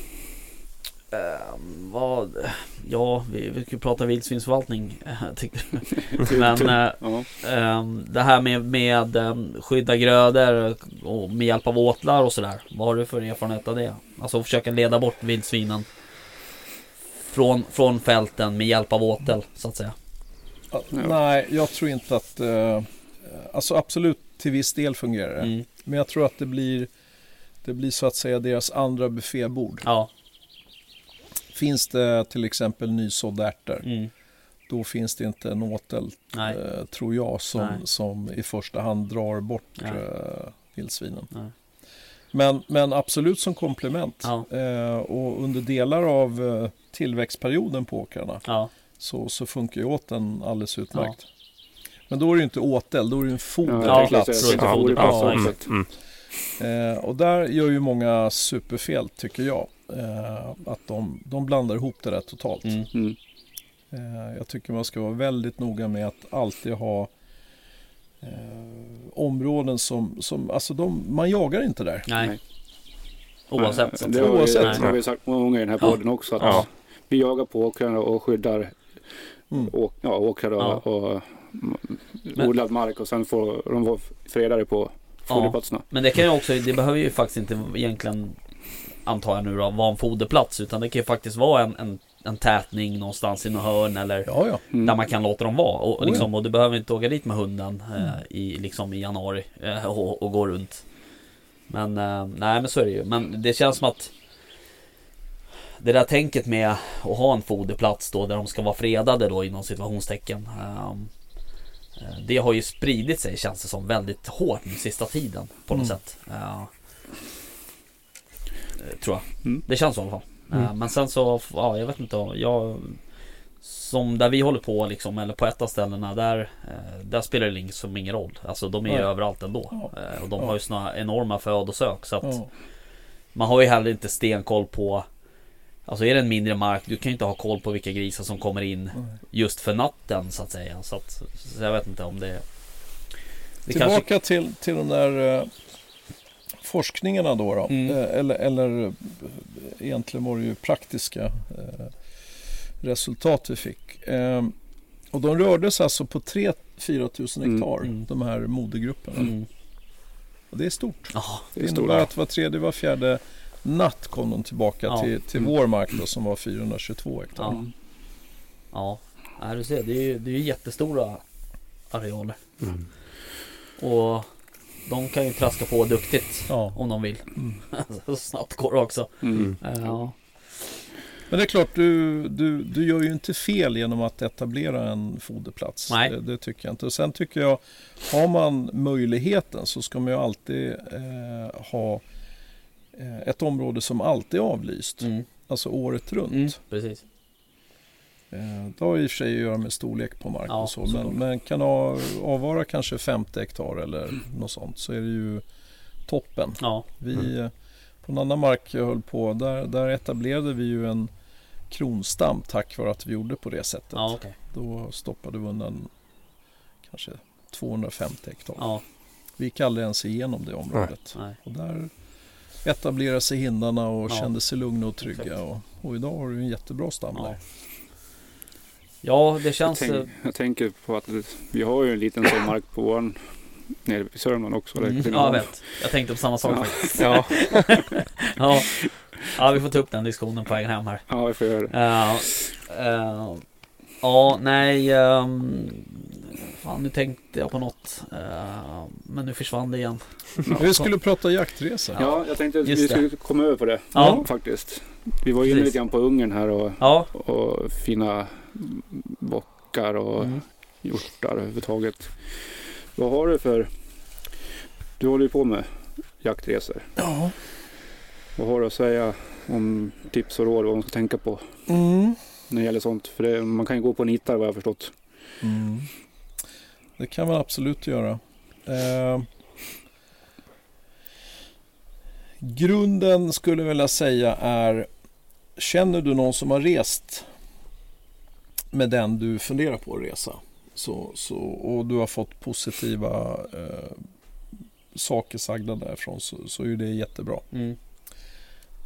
Speaker 2: ehm, vad... Ja, vi, vi ska ju prata vildsvinsförvaltning. eh, [LAUGHS] tyckte jag. men eh,
Speaker 1: ja.
Speaker 2: ehm, det här med, med ehm, skydda grödor och med hjälp av åtlar och sådär. Vad har du för erfarenhet av det? Alltså försöka leda bort vildsvinen från, från fälten med hjälp av åtel så att säga.
Speaker 4: Ja, nej, jag tror inte att... Eh, alltså absolut, till viss del fungerar det.
Speaker 2: Mm.
Speaker 4: Men jag tror att det blir, det blir så att säga deras andra buffébord.
Speaker 2: Ja.
Speaker 4: Finns det till exempel nysådda ärtor,
Speaker 2: Mm.
Speaker 4: då finns det inte en åtel
Speaker 2: Nej.
Speaker 4: eh, tror jag, som,
Speaker 2: Nej.
Speaker 4: som i första hand drar bort
Speaker 2: Nej.
Speaker 4: eh, vildsvinen.
Speaker 2: Nej.
Speaker 4: Men, men absolut som komplement.
Speaker 2: Ja.
Speaker 4: Eh, och under delar av eh, tillväxtperioden på åkrarna
Speaker 2: Ja.
Speaker 4: så, så funkar ju åten alldeles utmärkt. Men då är det ju inte åtel, då är det ju en
Speaker 1: Ja, jag tänkte
Speaker 4: foderplats.
Speaker 1: säga,
Speaker 2: Ja,
Speaker 1: jag tänkte foderplats
Speaker 2: ja,
Speaker 1: också.
Speaker 3: Mm. Mm.
Speaker 4: Eh, och där gör ju många superfel, tycker jag. Eh, att de, de blandar ihop det där totalt.
Speaker 2: Mm.
Speaker 1: Mm.
Speaker 4: Eh, Jag tycker man ska vara väldigt noga med att alltid ha eh, områden som, som alltså de, man jagar inte där.
Speaker 2: Nej.
Speaker 1: Nej.
Speaker 2: Oavsett. så att
Speaker 1: eh, Det
Speaker 2: säga.
Speaker 1: har vi,
Speaker 4: Oavsett.
Speaker 1: det har vi sagt många gånger i den här
Speaker 2: Ja.
Speaker 1: podden också. Att
Speaker 2: Ja.
Speaker 1: Vi jagar på åkrarna och skyddar
Speaker 4: Mm.
Speaker 6: åk, ja, åkrar och,
Speaker 2: Ja.
Speaker 6: och
Speaker 2: Men-
Speaker 6: odlad mark och sen får de vara fredade på foderplatserna.
Speaker 2: Men det kan ju också, det behöver ju faktiskt inte egentligen Antar jag nu då, vara en foderplats utan det kan ju faktiskt vara en, en, en tätning någonstans i något hörn eller
Speaker 4: Ja, ja.
Speaker 6: Mm.
Speaker 2: Där man kan låta dem vara och, och
Speaker 4: Oh ja.
Speaker 2: liksom, och du behöver inte åka dit med hunden eh, i, liksom, i januari eh, och, och gå runt Men eh, nej men så är det ju Men det känns som att Det där tänket med att ha en foderplats då där de ska vara fredade då inom situationstecken ehm, eh, Det har ju spridit sig känns det som väldigt hårt den sista tiden på
Speaker 4: Mm.
Speaker 2: något sätt Ja. Eh, Tror jag
Speaker 6: Mm.
Speaker 2: Det känns så i alla fall Eh, Men sen så, ja jag vet inte Jag som där vi håller på liksom, eller på ett av ställena där eh, Där spelar det liksom ingen roll Alltså de är ju
Speaker 4: Nej.
Speaker 2: överallt ändå
Speaker 4: Ja.
Speaker 2: Eh, Och de
Speaker 4: Ja.
Speaker 2: har ju såna enorma födosök så att
Speaker 4: ja.
Speaker 2: Man har ju heller inte stenkoll på Alltså är det en mindre mark Du kan ju inte ha koll på vilka grisar som kommer in
Speaker 4: Nej.
Speaker 2: Just för natten så att säga Så, att, så jag vet inte om det är det
Speaker 4: Tillbaka till, till de där eh, forskningarna då. då.
Speaker 2: Mm.
Speaker 4: Eh, eller, eller eh, egentligen var det ju praktiska eh, resultat vi fick. Eh, och de rördes alltså på 3-4 tusen
Speaker 6: Mm.
Speaker 4: hektar,
Speaker 2: Mm.
Speaker 4: de här modergrupperna.
Speaker 2: mm.
Speaker 4: Och det är stort.
Speaker 2: Ja,
Speaker 4: Det,
Speaker 6: Det är
Speaker 4: innebär
Speaker 6: stora.
Speaker 4: att var tredje, var fjärde natt kom de tillbaka
Speaker 2: Ja.
Speaker 4: till, till
Speaker 6: Mm.
Speaker 4: vår mark då, som var 422 hektar.
Speaker 2: ja. Ja, Nej, du ser, det är ju, det är ju jättestora arealer.
Speaker 6: Mm.
Speaker 2: Och de kan ju traska på duktigt
Speaker 4: Ja.
Speaker 2: om de vill. [LAUGHS] Så snabbt går det också.
Speaker 6: Mm.
Speaker 2: Mm. Eh, Ja.
Speaker 4: Men det är klart, du, du, du gör ju inte fel genom att etablera en foderplats.
Speaker 2: Nej.
Speaker 4: Det, det tycker jag inte. Och sen tycker jag, har man möjligheten så ska man ju alltid eh, ha eh, ett område som alltid är avlyst.
Speaker 2: Mm.
Speaker 4: Alltså året runt.
Speaker 2: Mm. Precis.
Speaker 4: Eh, det har i och för sig att göra med storlek på mark
Speaker 2: Ja,
Speaker 4: och så. Men,
Speaker 2: såklart.
Speaker 4: men kan ha, avvara kanske 50 hektar eller något sånt så är det ju toppen.
Speaker 2: Ja.
Speaker 4: Vi,
Speaker 2: Mm.
Speaker 4: eh, På en annan mark jag höll på, där, där etablerade vi ju en kronstam tack vare att vi gjorde på det sättet.
Speaker 2: Ja, okej.
Speaker 4: Då stoppade vi undan kanske 250 hektar.
Speaker 2: Ja,
Speaker 4: Vi gick aldrig ens igenom det området.
Speaker 2: nej.
Speaker 4: Och där etablerade sig hindarna och
Speaker 2: Ja.
Speaker 4: kände sig lugna och trygga.
Speaker 2: Exakt.
Speaker 4: Och, och idag har du en jättebra stam
Speaker 2: Ja. [LAUGHS]
Speaker 4: där.
Speaker 2: Ja, det
Speaker 6: Jag,
Speaker 2: känns... eh,
Speaker 6: tänk, jag tänker på att vi har ju en liten sån mark på våren nere i Sörmland också. eller
Speaker 2: Mm. Ja, jag
Speaker 6: Kristinehamn.
Speaker 2: vet. Jag tänkte på samma sak
Speaker 6: Ja.
Speaker 2: faktiskt.
Speaker 6: ja,
Speaker 2: Ja. ja, vi får ta upp den diskussionen på egen hem här.
Speaker 6: ja, vi får göra det.
Speaker 2: Ja, eh, ja, nej. ehm, fan, nu tänkte jag på något. eh, men nu försvann det igen.
Speaker 4: Vi skulle prata jaktresa.
Speaker 6: Ja, jag tänkte att
Speaker 2: Just
Speaker 6: vi skulle komma över på det
Speaker 2: Ja.
Speaker 6: faktiskt. Vi var ju inne
Speaker 2: Precis.
Speaker 6: lite grann på Ungern här och,
Speaker 2: Ja,
Speaker 6: och fina bockar och hjortar överhuvudtaget. Vad har du för... Du håller ju på med jaktresor.
Speaker 4: Ja.
Speaker 6: Vad har du att säga om tips och råd vad man ska tänka på
Speaker 4: Mm.
Speaker 6: när det gäller sånt? För det, man kan ju gå på nitar vad jag har förstått.
Speaker 4: Mm. Det kan man absolut göra. Eh, grunden skulle jag vilja säga är Känner du någon som har rest med den du funderar på att resa så, så, och du har fått positiva eh, saker sagda därifrån så, så är ju det jättebra.
Speaker 2: mm.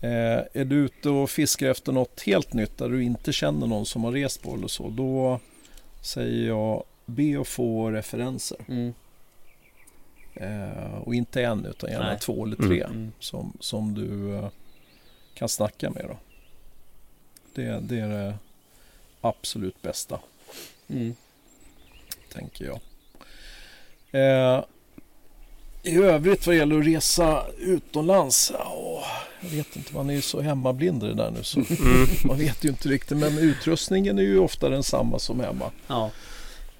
Speaker 4: Eh, är du ute och fiskar efter något helt nytt där du inte känner någon som har rest på eller så, då säger jag be att få referenser.
Speaker 2: Mm.
Speaker 4: Eh, och inte en, utan gärna
Speaker 2: Nej.
Speaker 4: två eller tre
Speaker 2: Mm.
Speaker 4: som, som du eh, kan snacka med. Då. Det, det är det absolut bästa,
Speaker 2: Mm.
Speaker 4: tänker jag. Eh, I övrigt vad gäller att resa utomlands, åh, jag vet inte, man är ju så hemmablind i det där nu så
Speaker 3: Mm.
Speaker 4: Man vet ju inte riktigt, men utrustningen är ju ofta densamma som hemma.
Speaker 2: Ja.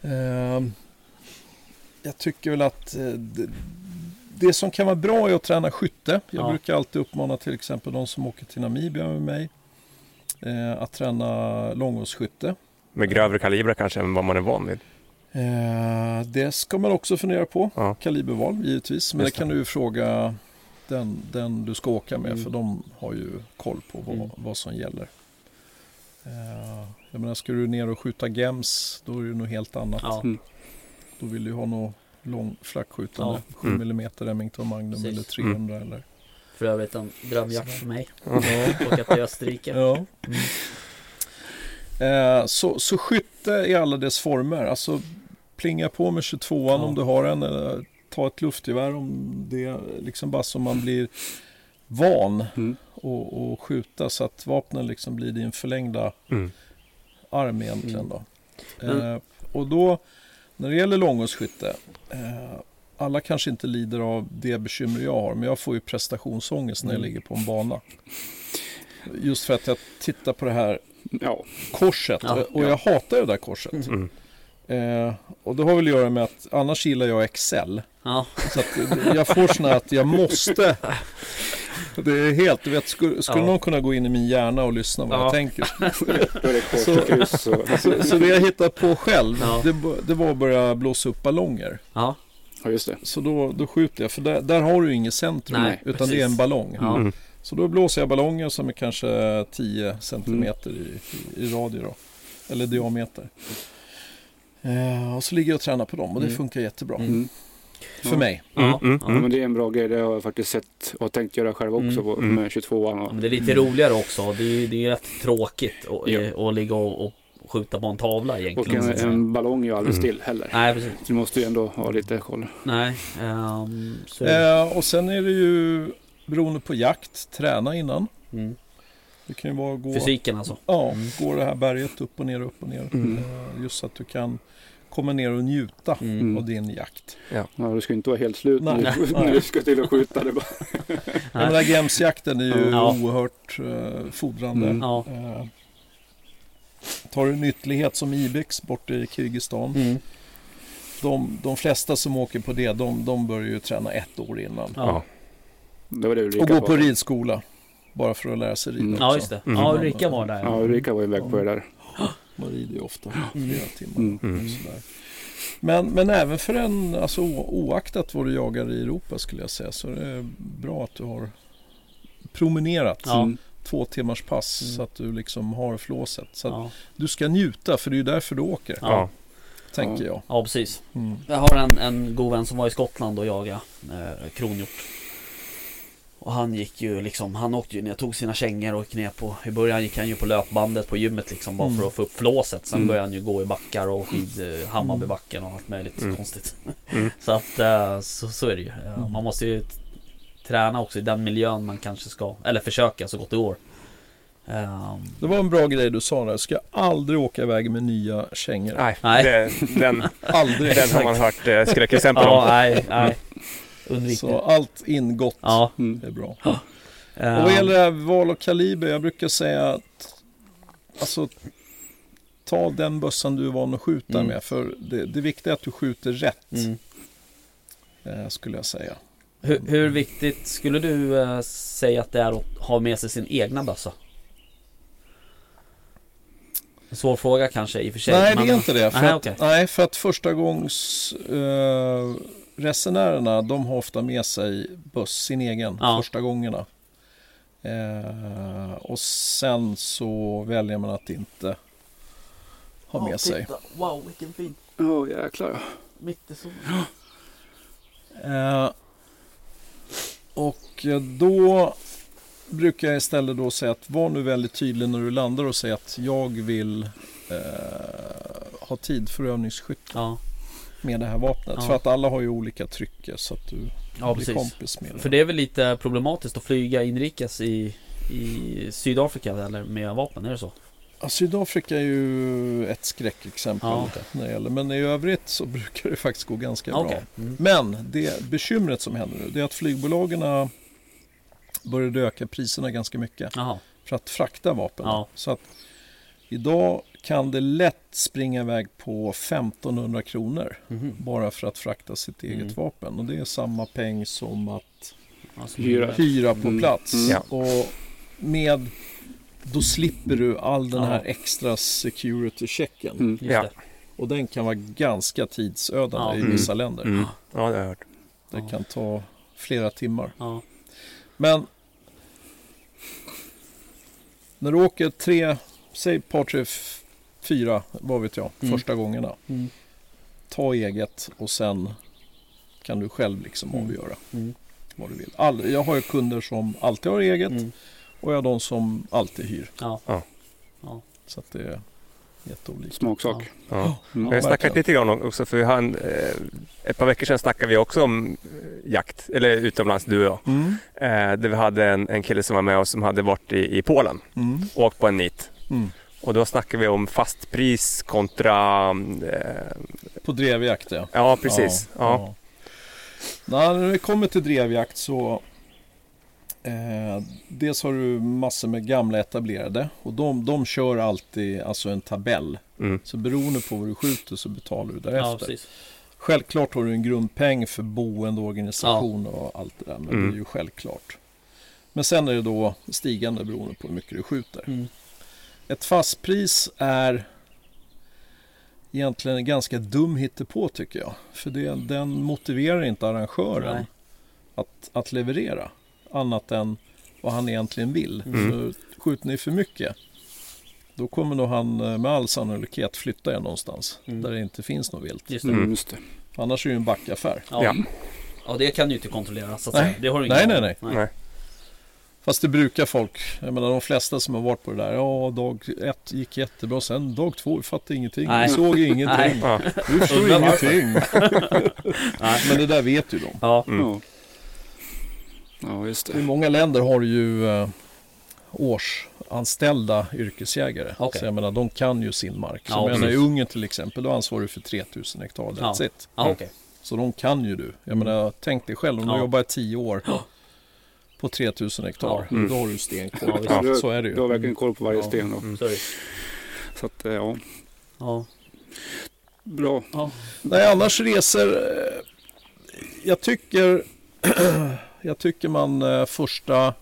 Speaker 4: Ehm, Jag tycker väl att eh, det, det som kan vara bra är att träna skytte. Jag
Speaker 2: Ja.
Speaker 4: brukar alltid uppmana till exempel de som åker till Namibia med mig eh, att träna långhållsskytte.
Speaker 3: Med grövre kalibrar kanske än vad man är van vid.
Speaker 4: Eh, Det ska man också fundera på.
Speaker 3: Ja.
Speaker 4: Kaliberval givetvis, men det
Speaker 3: Just
Speaker 4: kan
Speaker 3: det.
Speaker 4: du ju fråga den, den du ska åka med
Speaker 2: Mm.
Speaker 4: för de har ju koll på vad,
Speaker 2: Mm.
Speaker 4: vad som gäller. Eh, Jag menar, ska du ner och skjuta gems då är det något helt annat.
Speaker 2: Ja.
Speaker 4: Då vill du ju ha något lång flackskjutande,
Speaker 2: Ja.
Speaker 4: 7
Speaker 3: Mm.
Speaker 4: mm Remington Magnum
Speaker 2: Precis. Mm.
Speaker 4: eller 300 eller...
Speaker 2: För övrigt en drömjakt för mig.
Speaker 4: Ja.
Speaker 2: Åka till Österrike.
Speaker 4: Ja. Eh, så, så skytte i alla dess former. Alltså plinga på med 22an om du har en. eh, Ta ett luftgevär om det. Liksom bara så man blir van
Speaker 6: Mm.
Speaker 4: och, och skjuta så att vapnen liksom blir din förlängda
Speaker 3: Mm.
Speaker 4: arm egentligen. Då.
Speaker 2: Men-
Speaker 4: Eh, och då, när det gäller långhållsskytte, eh, alla kanske inte lider av det bekymmer jag har, men jag får ju prestationsångest när jag ligger på en bana. Just för att jag tittar på det här
Speaker 6: Ja,
Speaker 4: korset
Speaker 2: Ja,
Speaker 4: och jag hatar det där korset.
Speaker 3: Mm.
Speaker 4: Eh, och det har väl att göra med att annars gillar jag Excel.
Speaker 2: Ja,
Speaker 4: Så att jag får såna här att jag måste. Det är helt, du vet, skulle, skulle
Speaker 2: Ja.
Speaker 4: någon kunna gå in i min hjärna och lyssna vad
Speaker 2: Ja.
Speaker 4: jag tänker.
Speaker 6: då är det kors och kryss. Och,
Speaker 4: Så, så det jag hittade på själv,
Speaker 2: Ja.
Speaker 4: det, b- det var att börja blåsa upp ballonger.
Speaker 2: ja,
Speaker 6: [LAUGHS] ja, just det.
Speaker 4: Så då, då skjuter jag, för där, där har du inget centrum,
Speaker 2: Nej,
Speaker 4: utan
Speaker 2: precis.
Speaker 4: det är en ballong.
Speaker 2: ja.
Speaker 3: Mm.
Speaker 4: Så då blåser jag ballonger som är kanske
Speaker 2: Mm.
Speaker 4: 10 centimeter i, i, i radie då. Eller diameter. Eh, och så ligger jag och tränar på dem och det
Speaker 2: Mm.
Speaker 4: funkar jättebra.
Speaker 6: Mm.
Speaker 4: För mig.
Speaker 2: Ja,
Speaker 3: Mm,
Speaker 2: ja.
Speaker 6: Ja, men det är en bra grej. Det har jag faktiskt sett och tänkt göra själv också
Speaker 2: Mm.
Speaker 6: på,
Speaker 3: Mm.
Speaker 6: med 22an.
Speaker 2: Ja,
Speaker 6: Och,
Speaker 2: men det är lite roligare också. Det är ju det är ju rätt tråkigt att eh,
Speaker 6: Ja.
Speaker 2: att ligga och, och skjuta på en tavla
Speaker 6: och
Speaker 2: egentligen.
Speaker 6: en,
Speaker 2: så att säga.
Speaker 6: en ballong är ju aldrig
Speaker 3: Mm.
Speaker 6: still heller.
Speaker 2: Nej, precis.
Speaker 6: Du måste ju ändå ha lite koll.
Speaker 2: Nej. ehm, så...
Speaker 4: Eh, och sen är det ju beroende på jakt, träna innan.
Speaker 2: mm.
Speaker 4: Det kan ju vara att gå,
Speaker 2: Fysiken alltså.
Speaker 4: ja, gå det här berget upp och ner, upp och ner. Eh, just så att du kan komma ner och njuta
Speaker 2: Mm.
Speaker 4: av din jakt.
Speaker 6: Ja, du ska ju inte vara helt slut när
Speaker 4: Nej.
Speaker 6: du,
Speaker 4: Nej.
Speaker 6: när du ska till och skjuta. Det bara.
Speaker 4: Den där gemsjakten är ju
Speaker 2: Ja.
Speaker 4: oerhört eh, fodrande.
Speaker 6: Mm.
Speaker 2: Ja.
Speaker 4: Eh, tar du en ytterlighet som Ibex borta i Kirgizistan.
Speaker 2: Mm.
Speaker 4: De, de flesta som åker på det, de, de börjar ju träna ett år innan.
Speaker 2: Ja.
Speaker 6: Det var det Ulrika
Speaker 4: Och gå
Speaker 6: var.
Speaker 4: på ridskola. Bara för att lära sig rida
Speaker 6: Mm.
Speaker 4: också.
Speaker 2: ja, just det.
Speaker 3: Mm.
Speaker 2: Ja, Ulrika var där.
Speaker 6: Ja, Ulrika var ju iväg på det där.
Speaker 4: Man rider ju ofta
Speaker 2: Mm.
Speaker 4: flera timmar.
Speaker 6: Mm.
Speaker 3: Mm.
Speaker 4: Och sådär. Men, men även för en, alltså o- oaktat vad du jagar i Europa skulle jag säga, så är det bra att du har promenerat
Speaker 2: Ja.
Speaker 6: Mm.
Speaker 4: två timmars pass
Speaker 2: Mm.
Speaker 4: så att du liksom har flåset. Så att
Speaker 2: Ja.
Speaker 4: du ska njuta, för det är ju därför du åker,
Speaker 2: Ja.
Speaker 3: Ja.
Speaker 4: tänker jag.
Speaker 2: ja, precis.
Speaker 4: Mm.
Speaker 2: Jag har en, en god vän som var i Skottland och jagade eh, kronhjort. Och han gick ju liksom, han åkte ju ner, tog sina kängor och gick ner på, i början gick han ju på löpbandet på gymmet liksom bara
Speaker 4: Mm.
Speaker 2: för att få upp flåset. Sen
Speaker 6: Mm.
Speaker 2: började han ju gå i backar och skid, eh, Hammarbybacken och allt möjligt
Speaker 3: Mm.
Speaker 2: konstigt.
Speaker 3: Mm.
Speaker 2: [LAUGHS] så att eh, så, så är det ju. Eh,
Speaker 4: Mm.
Speaker 2: Man måste ju t- träna också i den miljön man kanske ska, eller försöka så gott det går. Ehm,
Speaker 4: Det var en bra grej du sa där, ska aldrig åka iväg med nya kängor.
Speaker 3: Nej,
Speaker 2: Nej.
Speaker 3: Det, den, [LAUGHS]
Speaker 4: Aldrig.
Speaker 3: den har man hört eh, skräckexempel
Speaker 2: ja,
Speaker 3: om.
Speaker 2: nej,
Speaker 4: [LAUGHS]
Speaker 2: nej. Undvik
Speaker 4: Så
Speaker 2: det.
Speaker 4: allt ingått
Speaker 2: Ja.
Speaker 6: Mm.
Speaker 4: är bra.
Speaker 2: ehm,
Speaker 4: Och vad gäller det här val och kaliber, jag brukar säga att alltså, ta den bössan du är van att skjuta
Speaker 2: Mm.
Speaker 4: med. För det, det viktiga är att du skjuter rätt,
Speaker 2: mm.
Speaker 4: eh, skulle jag säga.
Speaker 2: Hur, hur viktigt skulle du eh, säga att det är att ha med sig sin egna bössa? En svår fråga kanske i och för sig.
Speaker 4: nej,
Speaker 2: men-
Speaker 4: det är inte det. För,
Speaker 2: Nej,
Speaker 4: att,
Speaker 2: okej.
Speaker 4: nej, för att första gångs eh, resenärerna, de har ofta med sig buss, sin egen,
Speaker 2: Ja.
Speaker 4: första gångerna. Eh, och sen så väljer man att inte ha med sig.
Speaker 2: Wow, vilken fin.
Speaker 6: Åh jäklar ja.
Speaker 2: Mitt i solen.
Speaker 4: Eh, och eh, då brukar jag istället då säga att var nu väldigt tydlig när du landar och säg att jag vill eh, ha tid för övningsskytt
Speaker 2: Ja,
Speaker 4: med det här vapnet.
Speaker 2: Ja.
Speaker 4: För att alla har ju olika trycker så att du
Speaker 2: ja
Speaker 4: blir
Speaker 2: precis.
Speaker 4: kompis med
Speaker 2: För
Speaker 4: det.
Speaker 2: det är väl lite problematiskt att flyga inrikes i, i Sydafrika eller med vapen, är det så?
Speaker 4: Ja, Sydafrika är ju ett skräckexempel
Speaker 2: Ja, okej.
Speaker 4: när det gäller. Men i övrigt så [LAUGHS] brukar det faktiskt gå ganska bra.
Speaker 2: Okej. Mm.
Speaker 4: Men det bekymret som händer nu det är att flygbolagen började öka priserna ganska mycket.
Speaker 2: Jaha,
Speaker 4: för att frakta vapen.
Speaker 2: Ja.
Speaker 4: Så att idag kan det lätt springa iväg på 1500 kronor
Speaker 2: mhm.
Speaker 4: bara för att frakta sitt eget
Speaker 2: Mm.
Speaker 4: vapen. Och det är samma peng som att
Speaker 2: Alltså,
Speaker 6: Hyra.
Speaker 4: hyra på
Speaker 6: Mm.
Speaker 4: plats.
Speaker 6: Mm.
Speaker 3: Ja.
Speaker 4: Och med då slipper du all den
Speaker 2: Ja.
Speaker 4: här extra security checken.
Speaker 6: Mm.
Speaker 2: Just
Speaker 3: Ja.
Speaker 2: det.
Speaker 4: Och den kan vara ganska tidsödande
Speaker 2: Ja.
Speaker 4: i vissa länder.
Speaker 3: Mm. Ja, det har jag hört.
Speaker 4: Det
Speaker 2: Ja.
Speaker 4: kan ta flera timmar.
Speaker 2: Ja.
Speaker 4: Men när du åker tre, säg par tre, f- fyra, vad vet jag,
Speaker 2: Mm.
Speaker 4: första gångerna.
Speaker 2: Mm.
Speaker 4: Ta eget och sen kan du själv liksom
Speaker 2: Mm.
Speaker 4: avgöra
Speaker 2: Mm.
Speaker 4: vad du vill. All, jag har ju kunder som alltid har eget
Speaker 2: Mm.
Speaker 4: och jag har de som alltid hyr.
Speaker 2: Ja.
Speaker 3: Ja.
Speaker 2: Ja.
Speaker 4: Så att det, Jätteolika.
Speaker 6: Smaksak.
Speaker 3: Ja.
Speaker 6: Mm.
Speaker 3: Vi har snackat
Speaker 4: verkligen.
Speaker 3: lite grann också, för han, eh, ett par veckor sedan snackade vi också om eh, jakt, eller utomlands, du och jag.
Speaker 4: Mm.
Speaker 3: Eh, där vi hade en, en kille som var med oss som hade varit i, i Polen
Speaker 4: Mm.
Speaker 3: och åkt på en nit.
Speaker 4: Mm.
Speaker 3: Och då snackade vi om fast pris kontra... Eh,
Speaker 4: På drevjakt ja.
Speaker 3: ja, precis. Ja,
Speaker 4: ja. När det kommer till drevjakt så eh, Dels har du massor med gamla etablerade och de, de kör alltid alltså en tabell.
Speaker 3: Mm.
Speaker 4: Så beroende på vad du skjuter så betalar du
Speaker 2: Ja,
Speaker 4: därefter.
Speaker 2: precis.
Speaker 4: Självklart har du en grundpeng för boende, organisation och allt det där. Men
Speaker 3: Mm.
Speaker 4: det är ju självklart. Men sen är det då stigande beroende på hur mycket du skjuter.
Speaker 2: Mm.
Speaker 4: Ett fastpris är egentligen en ganska dum hittepå tycker jag. För det, den motiverar inte arrangören
Speaker 2: Nej.
Speaker 4: att, att leverera. Annat än vad han egentligen vill.
Speaker 3: Mm.
Speaker 4: För skjuter ni för mycket då kommer nog han eh, med all sannolikhet flytta er någonstans.
Speaker 2: Mm.
Speaker 4: Där det inte finns något vilt.
Speaker 2: Just det.
Speaker 3: Mm.
Speaker 6: Mm. Just det.
Speaker 4: Annars är det ju en backaffär.
Speaker 2: Ja.
Speaker 3: Ja.
Speaker 2: ja. det kan du ju inte kontrollera så att
Speaker 4: Nej.
Speaker 2: säga. Det har du
Speaker 4: Nej,
Speaker 2: ingen
Speaker 4: nej,
Speaker 2: aning
Speaker 4: nej.
Speaker 2: om.
Speaker 3: Nej.
Speaker 4: Fast det brukar folk, jag menar de flesta som har varit på det där, ja dag ett gick jättebra, sen dag två vi fattade ingenting,
Speaker 2: Nej.
Speaker 4: vi såg ingenting,
Speaker 2: [LAUGHS] Nej.
Speaker 3: Ja.
Speaker 4: vi förstod
Speaker 2: Undrar varför.
Speaker 4: [LAUGHS] ingenting.
Speaker 2: Nej.
Speaker 4: Men det där vet ju de.
Speaker 2: Ja,
Speaker 1: [LAUGHS]
Speaker 3: Mm.
Speaker 6: Ja. ja, just
Speaker 4: I
Speaker 6: det.
Speaker 4: många länder har du ju eh, årsanställda yrkesjägare.
Speaker 2: Okej.
Speaker 4: Så jag menar de kan ju sin mark. Så
Speaker 2: Ja,
Speaker 4: jag menar i
Speaker 2: precis.
Speaker 4: Ungern till exempel, då ansvarar du för 3000 hektar, that's
Speaker 2: Ja.
Speaker 4: it.
Speaker 2: ja ah, okej.
Speaker 4: Så de kan ju du. Jag menar tänk dig själv, om du
Speaker 2: Ja.
Speaker 4: jobbar i 10 år på 3000 hektar,
Speaker 2: Ja.
Speaker 3: Mm.
Speaker 4: då har du stenkoll.
Speaker 2: Ja, visst.
Speaker 3: Ja.
Speaker 4: Så är det ju.
Speaker 6: Du har verkligen koll på varje
Speaker 2: Ja.
Speaker 6: sten. Då.
Speaker 3: Mm.
Speaker 2: Sorry.
Speaker 6: Så att, eh, ja,
Speaker 2: Ja.
Speaker 6: bra.
Speaker 4: Nej, annars resor... eh, Jag tycker... [CLEARS THROAT] jag tycker man eh, första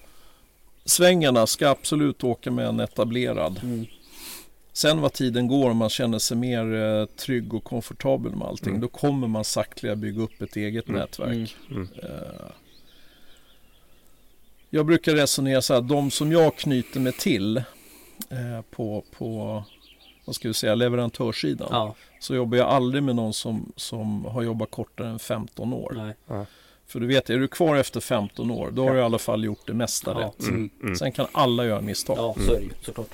Speaker 4: svängarna ska absolut åka med en etablerad.
Speaker 2: Mm.
Speaker 4: Sen vad tiden går och man känner sig mer eh, trygg och komfortabel med allting.
Speaker 3: Mm.
Speaker 4: Då kommer man sakliga bygga upp ett eget
Speaker 3: Mm.
Speaker 4: nätverk.
Speaker 2: Mm.
Speaker 4: Eh, Jag brukar resonera så här, de som jag knyter mig till eh, på, på vad ska vi säga, leverantörssidan
Speaker 2: Ja.
Speaker 4: så jobbar jag aldrig med någon som, som har jobbat kortare än 15 år.
Speaker 2: Nej.
Speaker 4: För du vet, är du kvar efter 15 år, då har
Speaker 3: Ja.
Speaker 4: du i alla fall gjort det mesta
Speaker 2: Ja.
Speaker 4: rätt.
Speaker 3: Mm. Mm.
Speaker 4: Sen kan alla göra misstag.
Speaker 2: Ja, så är det ju såklart.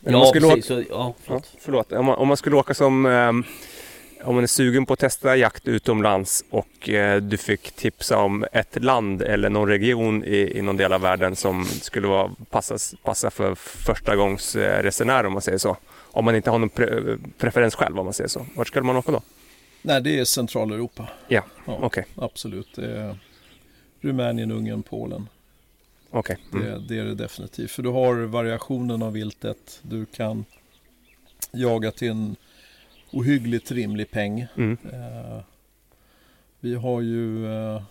Speaker 3: Men Mm. om man skulle åka,
Speaker 2: Så, ja,
Speaker 3: ja,
Speaker 2: förlåt.
Speaker 3: förlåt. Om man, om man skulle åka som... ehm, om man är sugen på att testa jakt utomlands och eh, du fick tipsa om ett land eller någon region i, i någon del av världen som skulle vara, passa, passa för förstagångsresenärer om man säger så. Om man inte har någon pre, preferens själv om man säger så. Vart skulle man åka då?
Speaker 4: Nej, det är Centraleuropa.
Speaker 3: Ja,
Speaker 4: ja
Speaker 3: Okej,
Speaker 4: absolut. Det är Rumänien, Ungern, Polen.
Speaker 3: okej.
Speaker 4: Det,
Speaker 3: Mm.
Speaker 4: det är det definitivt. För du har variationen av viltet. Du kan jaga till en ohyggligt rimlig peng.
Speaker 3: Mm.
Speaker 4: Eh, vi har ju eh,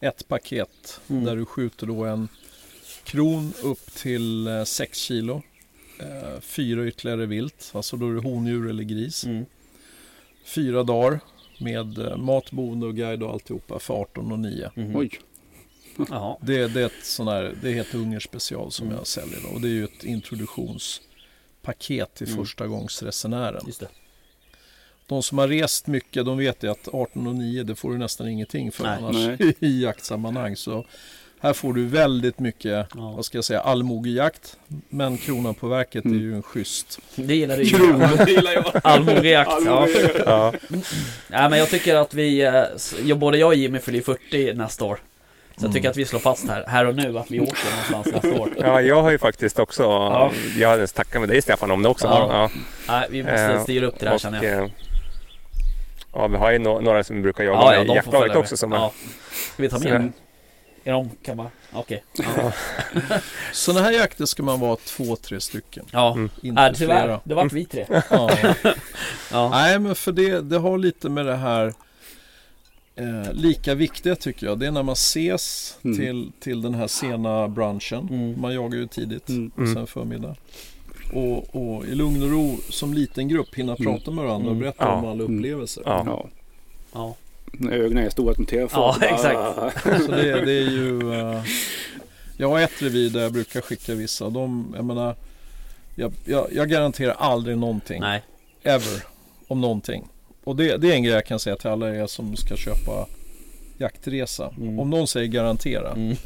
Speaker 4: ett paket
Speaker 2: Mm.
Speaker 4: där du skjuter då en kron upp till eh, 6 kilo. Eh, fyra ytterligare vilt, alltså då är det hondjur eller gris.
Speaker 2: Mm.
Speaker 4: Fyra dagar med eh, mat, boende och guide och alltihopa för 18 och 9.
Speaker 2: Mhm.
Speaker 6: Oj.
Speaker 2: Jaha.
Speaker 4: Det, det är ett sån här, det heter Ungerspecial som
Speaker 2: Mm.
Speaker 4: jag säljer då. Och det är ju ett introduktionspaket till
Speaker 2: Mm.
Speaker 4: förstagångsresenären.
Speaker 2: Just det.
Speaker 4: De som har rest mycket, de vet ju att 18 och 9, det får du nästan ingenting för
Speaker 2: Nej.
Speaker 4: annars [LAUGHS] i jaktsammanhang. Så här får du väldigt mycket,
Speaker 2: Ja.
Speaker 4: vad ska jag säga, allmogejakt. Men kronan på verket
Speaker 2: Mm.
Speaker 4: är ju en schysst.
Speaker 2: Det gillar du
Speaker 6: Kron.
Speaker 2: ju.
Speaker 6: Det gillar
Speaker 2: [LAUGHS]
Speaker 6: jag.
Speaker 2: Allmogejakt. Ja.
Speaker 6: Allmogejakt.
Speaker 3: Ja.
Speaker 2: Nej, men jag tycker att vi, eh, s- ja, både jag och Jimmy fyller ju 40 nästa år. Så
Speaker 4: Mm.
Speaker 2: jag tycker att vi slår fast här, här och nu, att vi åker någonstans nästa år.
Speaker 3: ja, jag har ju faktiskt också... Jag hade ens tackat med dig Stefan om det också.
Speaker 2: Ja.
Speaker 3: Ja.
Speaker 2: Nej, vi måste
Speaker 3: Eh,
Speaker 2: styra upp det där känner jag.
Speaker 3: eh, Ja, vi har ju no- några som brukar jobba med i
Speaker 2: de får följa
Speaker 3: jaktlaget
Speaker 2: med.
Speaker 3: också. Som är,
Speaker 2: ja. Ska vi ta med
Speaker 3: Så-
Speaker 2: dem? Är de kamma? Okej. Ja,
Speaker 4: Sådana här jakter ska man vara två, tre stycken.
Speaker 2: ja.
Speaker 3: Mm.
Speaker 4: Inte
Speaker 2: Nej, tyvärr.
Speaker 4: flera. Mm.
Speaker 2: Det vart vi tre. [LAUGHS]
Speaker 4: Ja.
Speaker 2: Ja.
Speaker 4: Nej, men för det, det har lite med det här eh, lika viktiga tycker jag. Det är när man ses
Speaker 6: Mm.
Speaker 4: till, till den här sena brunchen.
Speaker 2: Mm.
Speaker 4: Man jagar ju tidigt
Speaker 6: Mm.
Speaker 4: och sen förmiddag. Och, och i lugn och ro som liten grupp hinna
Speaker 6: Mm.
Speaker 4: prata med varandra och
Speaker 2: Mm.
Speaker 4: berätta om
Speaker 3: Ja.
Speaker 4: alla
Speaker 6: Mm.
Speaker 4: upplevelser.
Speaker 3: ja.
Speaker 6: Ja.
Speaker 2: Ja.
Speaker 6: När ögonen är stora som Ah. tefat.
Speaker 2: Ja, [LAUGHS]
Speaker 6: Bara-
Speaker 2: exakt.
Speaker 4: Så det, det är ju... eh, jag har ett revir där jag brukar skicka vissa. De, jag menar, jag, jag, jag garanterar aldrig någonting.
Speaker 2: Nej.
Speaker 4: ever om någonting. Och det, det är en grej jag kan säga till alla er som ska köpa jaktresa.
Speaker 2: Mm.
Speaker 4: Om någon säger garantera,
Speaker 2: Mm.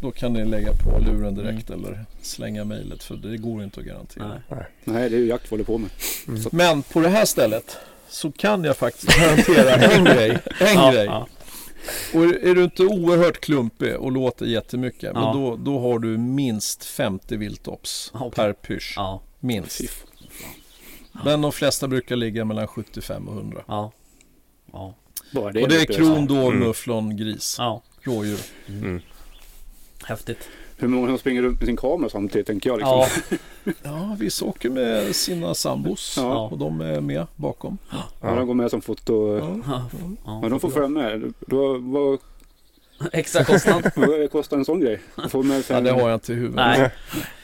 Speaker 4: då kan ni lägga på luren direkt eller slänga mejlet för det går inte att garantera.
Speaker 2: Nej.
Speaker 6: Nej, det är ju jakt vi håller på med.
Speaker 4: Men på det här stället så kan jag faktiskt garantera en grej.
Speaker 2: [LAUGHS]
Speaker 4: En
Speaker 2: Ja,
Speaker 4: grej.
Speaker 2: ja.
Speaker 4: Och är är du inte oerhört klumpig och låter jättemycket,
Speaker 2: Ja.
Speaker 4: men då, då har du minst 50 viltops
Speaker 2: Okej.
Speaker 4: per pysch.
Speaker 2: Ja,
Speaker 4: Minst.
Speaker 6: Fy fan.
Speaker 4: Men de flesta brukar ligga mellan 75 och 100.
Speaker 2: ja. Ja,
Speaker 6: Bara det
Speaker 4: och det är
Speaker 6: lite-
Speaker 4: kron, dov,
Speaker 3: Mm.
Speaker 4: mufflon, gris,
Speaker 2: ja.
Speaker 4: rådjur.
Speaker 2: häftigt.
Speaker 6: Hur många som springer runt med sin kamera samtidigt tänker jag. Liksom.
Speaker 2: Ja,
Speaker 4: Ja, vissa åker med sina sambos
Speaker 6: Ja.
Speaker 4: och de är med bakom.
Speaker 6: Ja. De går med som foto.
Speaker 4: Ja.
Speaker 2: ja.
Speaker 6: Men de får följa med. Då, vad,
Speaker 2: extra kostnad.
Speaker 1: [LAUGHS]
Speaker 6: vad kostar en sån grej? Att få med sig
Speaker 4: Ja, det
Speaker 6: en-
Speaker 4: har jag inte i huvudet.
Speaker 2: Nej,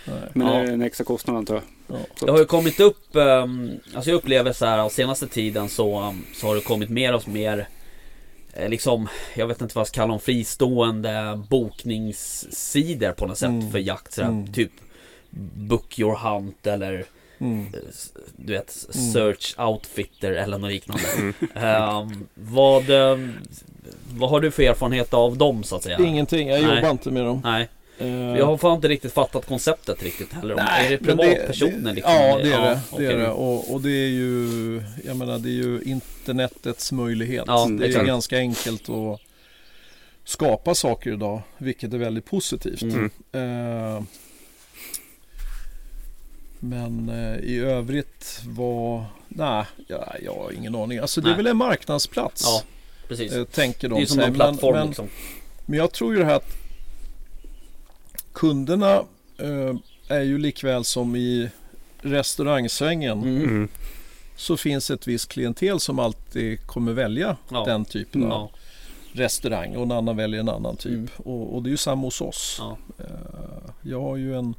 Speaker 4: Nej.
Speaker 6: Men det är
Speaker 2: Ja.
Speaker 6: en extra kostnad antar jag.
Speaker 2: det har ju kommit upp, ehm, alltså jag upplever så här, av senaste tiden så, ehm, så har det kommit mer och mer eh, Liksom, jag vet inte vad jag ska kalla dem, fristående bokningssidor på något sätt
Speaker 4: Mm.
Speaker 2: för jakt sådär,
Speaker 4: Mm.
Speaker 2: typ Book your hunt eller
Speaker 4: Mm.
Speaker 2: eh, s- du vet,
Speaker 4: Mm.
Speaker 2: search outfitter eller något liknande. [LAUGHS] Ehm, vad, ehm, vad har du för erfarenhet av dem så att säga?
Speaker 4: Ingenting, jag
Speaker 2: Nej.
Speaker 4: jobbar inte med dem.
Speaker 2: Nej,
Speaker 4: Eh,
Speaker 2: jag har fan inte riktigt fattat konceptet riktigt heller. Nej, är det
Speaker 4: men
Speaker 2: privatpersoner
Speaker 4: det-
Speaker 2: liksom?
Speaker 4: Ja, det är det.
Speaker 2: okej.
Speaker 4: det, är det. Och, och det är ju, jag menar, det är ju internetets möjlighet.
Speaker 2: Ja,
Speaker 4: det är
Speaker 2: exakt.
Speaker 4: ganska enkelt att skapa saker idag, vilket är väldigt positivt.
Speaker 3: Mm.
Speaker 4: Eh, men eh, i övrigt var, nej, jag, jag har ingen aning. Alltså det
Speaker 2: Nej.
Speaker 4: är väl en marknadsplats,
Speaker 2: Ja, precis.
Speaker 4: eh, tänker de
Speaker 2: det är ju som
Speaker 4: sig.
Speaker 2: en plattform
Speaker 4: men, men,
Speaker 2: liksom.
Speaker 4: men jag tror ju det här att kunderna eh, är ju likväl som i restaurangsvängen
Speaker 2: Mm.
Speaker 3: Mm.
Speaker 4: så finns ett visst klientel som alltid kommer välja
Speaker 2: Ja.
Speaker 4: den typen av
Speaker 2: Ja,
Speaker 4: restaurang och en annan väljer en annan typ.
Speaker 2: Mm.
Speaker 4: Och, och det är ju samma hos oss.
Speaker 2: ja.
Speaker 4: Eh, jag har ju en,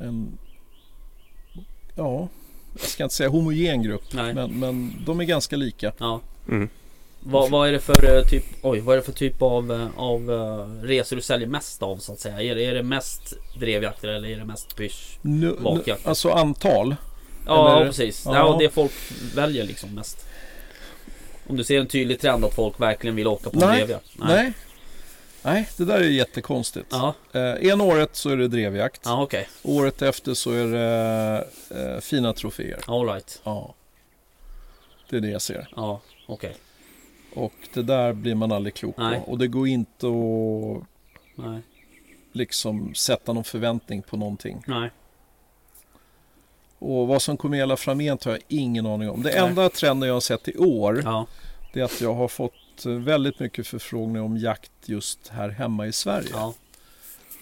Speaker 4: en ja, jag ska inte säga homogen grupp,
Speaker 2: Nej.
Speaker 4: men, men de är ganska lika.
Speaker 2: ja.
Speaker 3: Mm.
Speaker 2: Vad, vad är det för eh, typ, oj, vad är det för typ av, eh, av eh, resor du säljer mest av så att säga? Är, det- är det mest drevjakter eller är det mest pysch?
Speaker 4: Nu, nu,
Speaker 2: Vakjakt.
Speaker 4: alltså antal.
Speaker 2: Ja,
Speaker 4: Eller-
Speaker 2: precis.
Speaker 4: ja.
Speaker 2: Ja. det folk väljer liksom mest. Om du ser en tydlig trend att folk verkligen vill åka på en
Speaker 4: Nej.
Speaker 2: drevjakt?
Speaker 4: Nej. Nej, det där är jättekonstigt.
Speaker 2: Ja,
Speaker 4: Eh, ena året så är det drevjakt.
Speaker 2: ja okej.
Speaker 4: Året efter så är det eh, fina troféer.
Speaker 2: All right.
Speaker 4: Ja. Det är det jag ser.
Speaker 2: Ja, okej.
Speaker 4: Och det där blir man aldrig klok
Speaker 2: Nej.
Speaker 4: på. Och det går inte att
Speaker 2: Nej.
Speaker 4: liksom sätta någon förväntning på någonting.
Speaker 2: Nej.
Speaker 4: Och vad som kommer gälla framgent har jag ingen aning om. Det
Speaker 2: Nej.
Speaker 4: enda trenden jag har sett i år
Speaker 2: Ja.
Speaker 4: det är att jag har fått eh, väldigt mycket förfrågningar om jakt just här hemma i Sverige.
Speaker 2: Ja.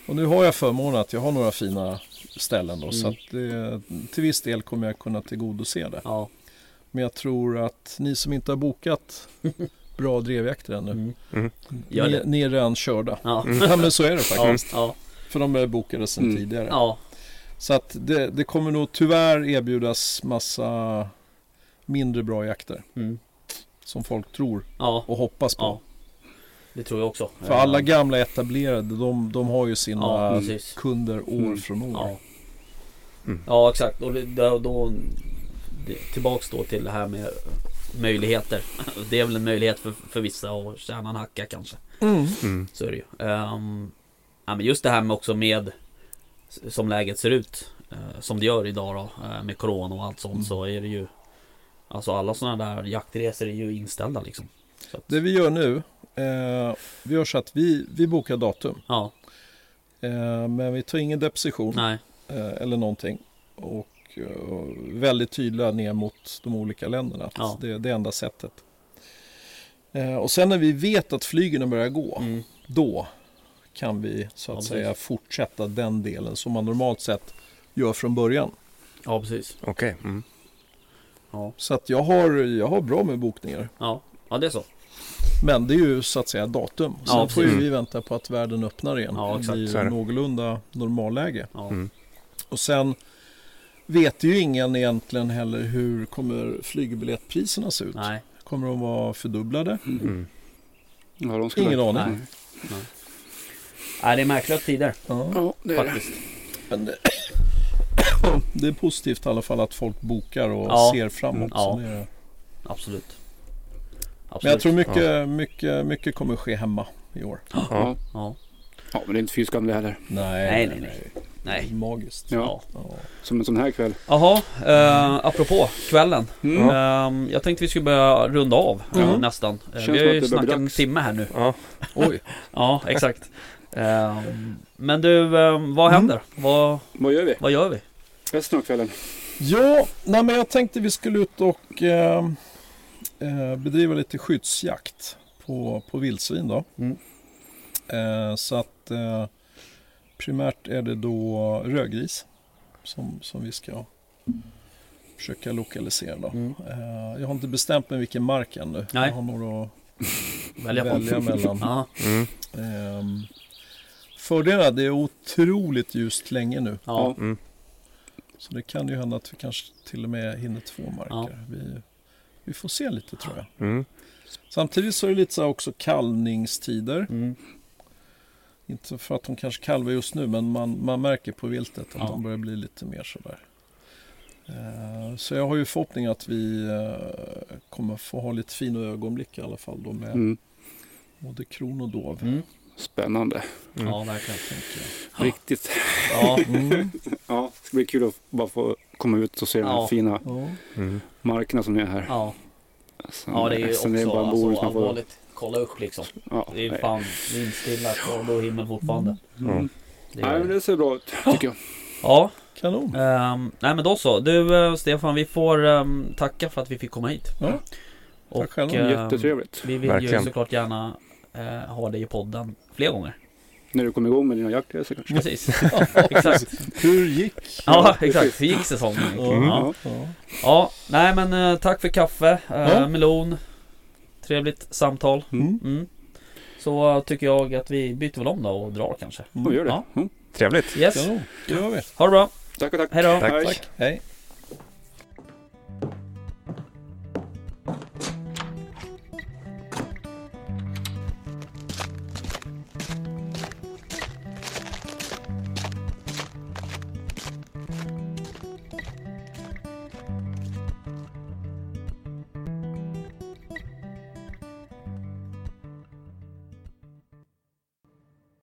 Speaker 4: Och nu har jag förmånen att jag har några fina ställen då, så
Speaker 2: Mm.
Speaker 4: att det, till viss del kommer jag kunna tillgodose det.
Speaker 2: Ja.
Speaker 4: Men jag tror att ni som inte
Speaker 2: [LAUGHS]
Speaker 4: har bokat bra drevjakter ännu,
Speaker 2: Mm. Gör
Speaker 4: ni,
Speaker 2: det.
Speaker 4: ni är redan körda.
Speaker 2: Ja.
Speaker 4: Ja men så är det
Speaker 2: Ja.
Speaker 4: faktiskt.
Speaker 2: Ja.
Speaker 4: För de är bokade sedan
Speaker 6: Mm.
Speaker 4: tidigare.
Speaker 2: Ja.
Speaker 4: Så att det, det kommer nog tyvärr erbjudas massa mindre bra jakter.
Speaker 2: Mm.
Speaker 4: Som folk tror
Speaker 2: Ja.
Speaker 4: och hoppas på.
Speaker 2: Ja. Det tror jag också.
Speaker 4: För alla gamla etablerade, de, de har ju sina
Speaker 2: Ja, precis.
Speaker 4: kunder år
Speaker 6: Mm.
Speaker 4: från år.
Speaker 2: Ja.
Speaker 3: Mm.
Speaker 2: Ja, exakt. Och det- då, då det- tillbaks då till det här med möjligheter. Det är väl en möjlighet för, för vissa att tjäna en hacka kanske.
Speaker 4: Mm.
Speaker 3: Mm.
Speaker 2: Så är det ju. Ehm, ja, men just det här med också med s- som läget ser ut eh, som det gör idag då eh, med corona och allt sånt
Speaker 4: Mm.
Speaker 2: så är det ju Alltså alla sådana där jaktresor är ju inställda liksom. Så att,
Speaker 4: Det vi gör nu, eh, vi gör så att vi, vi bokar datum.
Speaker 2: Ja,
Speaker 4: Eh, men vi tar ingen deposition
Speaker 2: nej,
Speaker 4: eh, eller någonting. Och eh, väldigt tydliga ner mot de olika länderna. att
Speaker 2: Ja.
Speaker 4: Det är det enda sättet. Eh, och sen när vi vet att flygen börjar gå,
Speaker 2: mm,
Speaker 4: då kan vi så
Speaker 2: Ja,
Speaker 4: att
Speaker 2: precis.
Speaker 4: säga fortsätta den delen som man normalt sett gör från början.
Speaker 2: ja precis.
Speaker 3: Okej. Mm.
Speaker 2: Ja,
Speaker 4: Så att jag har, jag har bra med bokningar.
Speaker 2: ja, ja det är så.
Speaker 4: Men det är ju så att säga datum. Sen
Speaker 2: Ja,
Speaker 4: får ju
Speaker 3: precis.
Speaker 4: vi vänta på att världen öppnar igen
Speaker 2: Ja, exakt.
Speaker 4: i
Speaker 3: Så är det.
Speaker 4: någorlunda normalläge.
Speaker 2: Ja,
Speaker 3: Mm.
Speaker 4: Och sen vet ju ingen egentligen heller hur kommer flygbiljettpriserna se ut.
Speaker 2: nej,
Speaker 4: Kommer de vara fördubblade?
Speaker 3: Mm.
Speaker 6: Ja, de skulle...
Speaker 4: Ingen aning.
Speaker 2: Nej. nej, det är märkliga tider
Speaker 4: Ja.
Speaker 6: Ja, det är det.
Speaker 2: faktiskt.
Speaker 4: Men det- [COUGHS] det är positivt i alla fall att folk bokar och
Speaker 2: Ja. Mm,
Speaker 4: ser framåt.
Speaker 2: Ja.
Speaker 4: Så det är...
Speaker 2: Absolut. Absolut.
Speaker 4: Men jag tror mycket, mycket, mycket kommer ske hemma i år.
Speaker 3: Ja.
Speaker 2: Ja.
Speaker 6: Ja, men det är inte fy skam det heller.
Speaker 4: Nej,
Speaker 2: Nej, nej, nej. Nej.
Speaker 4: Det är Magiskt.
Speaker 6: Ja. Som en sån här kväll.
Speaker 2: Jaha, eh, apropå kvällen.
Speaker 6: Mm.
Speaker 2: Ehm, jag tänkte vi skulle börja runda av eh,
Speaker 6: Ja.
Speaker 2: nästan. Eh,
Speaker 6: Känns
Speaker 2: vi har
Speaker 6: som att det
Speaker 2: ju
Speaker 6: börjar
Speaker 2: snackat
Speaker 6: bli
Speaker 2: en
Speaker 6: dags.
Speaker 2: timme här nu.
Speaker 3: Ja.
Speaker 4: Oj.
Speaker 2: Ja, exakt. Ehm, men du, ehm,
Speaker 6: Mm.
Speaker 2: vad händer? Vad,
Speaker 6: Vad gör vi
Speaker 2: vad gör vi?
Speaker 6: resten av kvällen?
Speaker 4: Ja, nej, men jag tänkte vi skulle ut och eh, eh, bedriva lite skyddsjakt på, på vildsvin. Då.
Speaker 2: Mm.
Speaker 4: Eh, så att eh, primärt är det då rödgris som, som vi ska försöka lokalisera. Då.
Speaker 2: Mm.
Speaker 4: Eh, jag har inte bestämt mig vilken mark ännu.
Speaker 2: Nej.
Speaker 4: Jag har några att
Speaker 2: Välja på.
Speaker 4: välja mellan.
Speaker 2: Ja,
Speaker 3: Mm.
Speaker 4: Ehm, fördelen är att det är otroligt ljust länge nu.
Speaker 2: ja,
Speaker 3: Mm.
Speaker 4: Så det kan ju hända att vi kanske till och med hinner två marker. Vi, vi får se lite tror jag.
Speaker 3: Mm.
Speaker 4: Samtidigt så är det lite så här också kalvningstider.
Speaker 2: mm,
Speaker 4: Inte för att de kanske kalvar just nu, men man, man märker på viltet att
Speaker 2: Ja.
Speaker 4: de börjar bli lite mer sådär. Eh, Så jag har ju förhoppning att vi eh, kommer få ha lite fina ögonblick i alla fall då med
Speaker 6: Mm.
Speaker 4: både kron och dov.
Speaker 2: mm.
Speaker 6: Spännande.
Speaker 2: ja, verkligen.
Speaker 4: tänker jag.
Speaker 6: Riktigt.
Speaker 2: Ja,
Speaker 4: Mm.
Speaker 6: Ja, det ska bli kul att bara få komma ut och se de
Speaker 2: Ja.
Speaker 6: här fina
Speaker 4: Ja.
Speaker 3: Mm.
Speaker 6: markerna som är här.
Speaker 2: ja,
Speaker 6: Sen,
Speaker 2: ja, det är ju
Speaker 6: [LAUGHS]
Speaker 2: också
Speaker 6: sen är det bara en bonus
Speaker 2: alltså,
Speaker 6: man får.
Speaker 2: allvarligt. Kolla upp liksom.
Speaker 6: Ja,
Speaker 2: Det är ju
Speaker 6: nej.
Speaker 2: fan vindstilla, och blå himmel fortfarande.
Speaker 6: Mm.
Speaker 2: Det
Speaker 6: Nej, men
Speaker 2: är...
Speaker 6: det ser bra ut tycker jag.
Speaker 2: Ja,
Speaker 4: Kanon.
Speaker 2: ehm, nej men då så. Du eh, Stefan, vi får ehm, tacka för att vi fick komma hit.
Speaker 4: Ja.
Speaker 2: Och,
Speaker 4: Tack själv.
Speaker 2: ehm,
Speaker 6: Jättetrevligt.
Speaker 2: Vi vill ju
Speaker 3: Verkligen.
Speaker 2: såklart gärna eh, ha dig i podden fler gånger.
Speaker 6: När du kommer igång med dina jaktresor kanske.
Speaker 2: Precis.
Speaker 4: [LAUGHS]
Speaker 2: exakt.
Speaker 4: Hur gick?
Speaker 2: Ja,
Speaker 6: precis.
Speaker 2: exakt. Hur gick säsongen?
Speaker 4: Mm.
Speaker 2: Ja.
Speaker 4: Ja.
Speaker 2: ja, nej men eh, tack för kaffe, eh,
Speaker 4: Ja.
Speaker 2: melon. Trevligt samtal.
Speaker 4: Mm.
Speaker 2: Mm. Så eh, tycker jag att vi byter väl om då och drar kanske.
Speaker 6: Ja, gör det.
Speaker 2: Ja.
Speaker 6: Mm.
Speaker 3: Trevligt.
Speaker 2: Yes,
Speaker 4: Kanon. Det gör vi.
Speaker 2: ha det bra.
Speaker 6: Tack och tack.
Speaker 2: Hej då.
Speaker 3: Tack.
Speaker 6: Hej.
Speaker 4: Tack. Hej.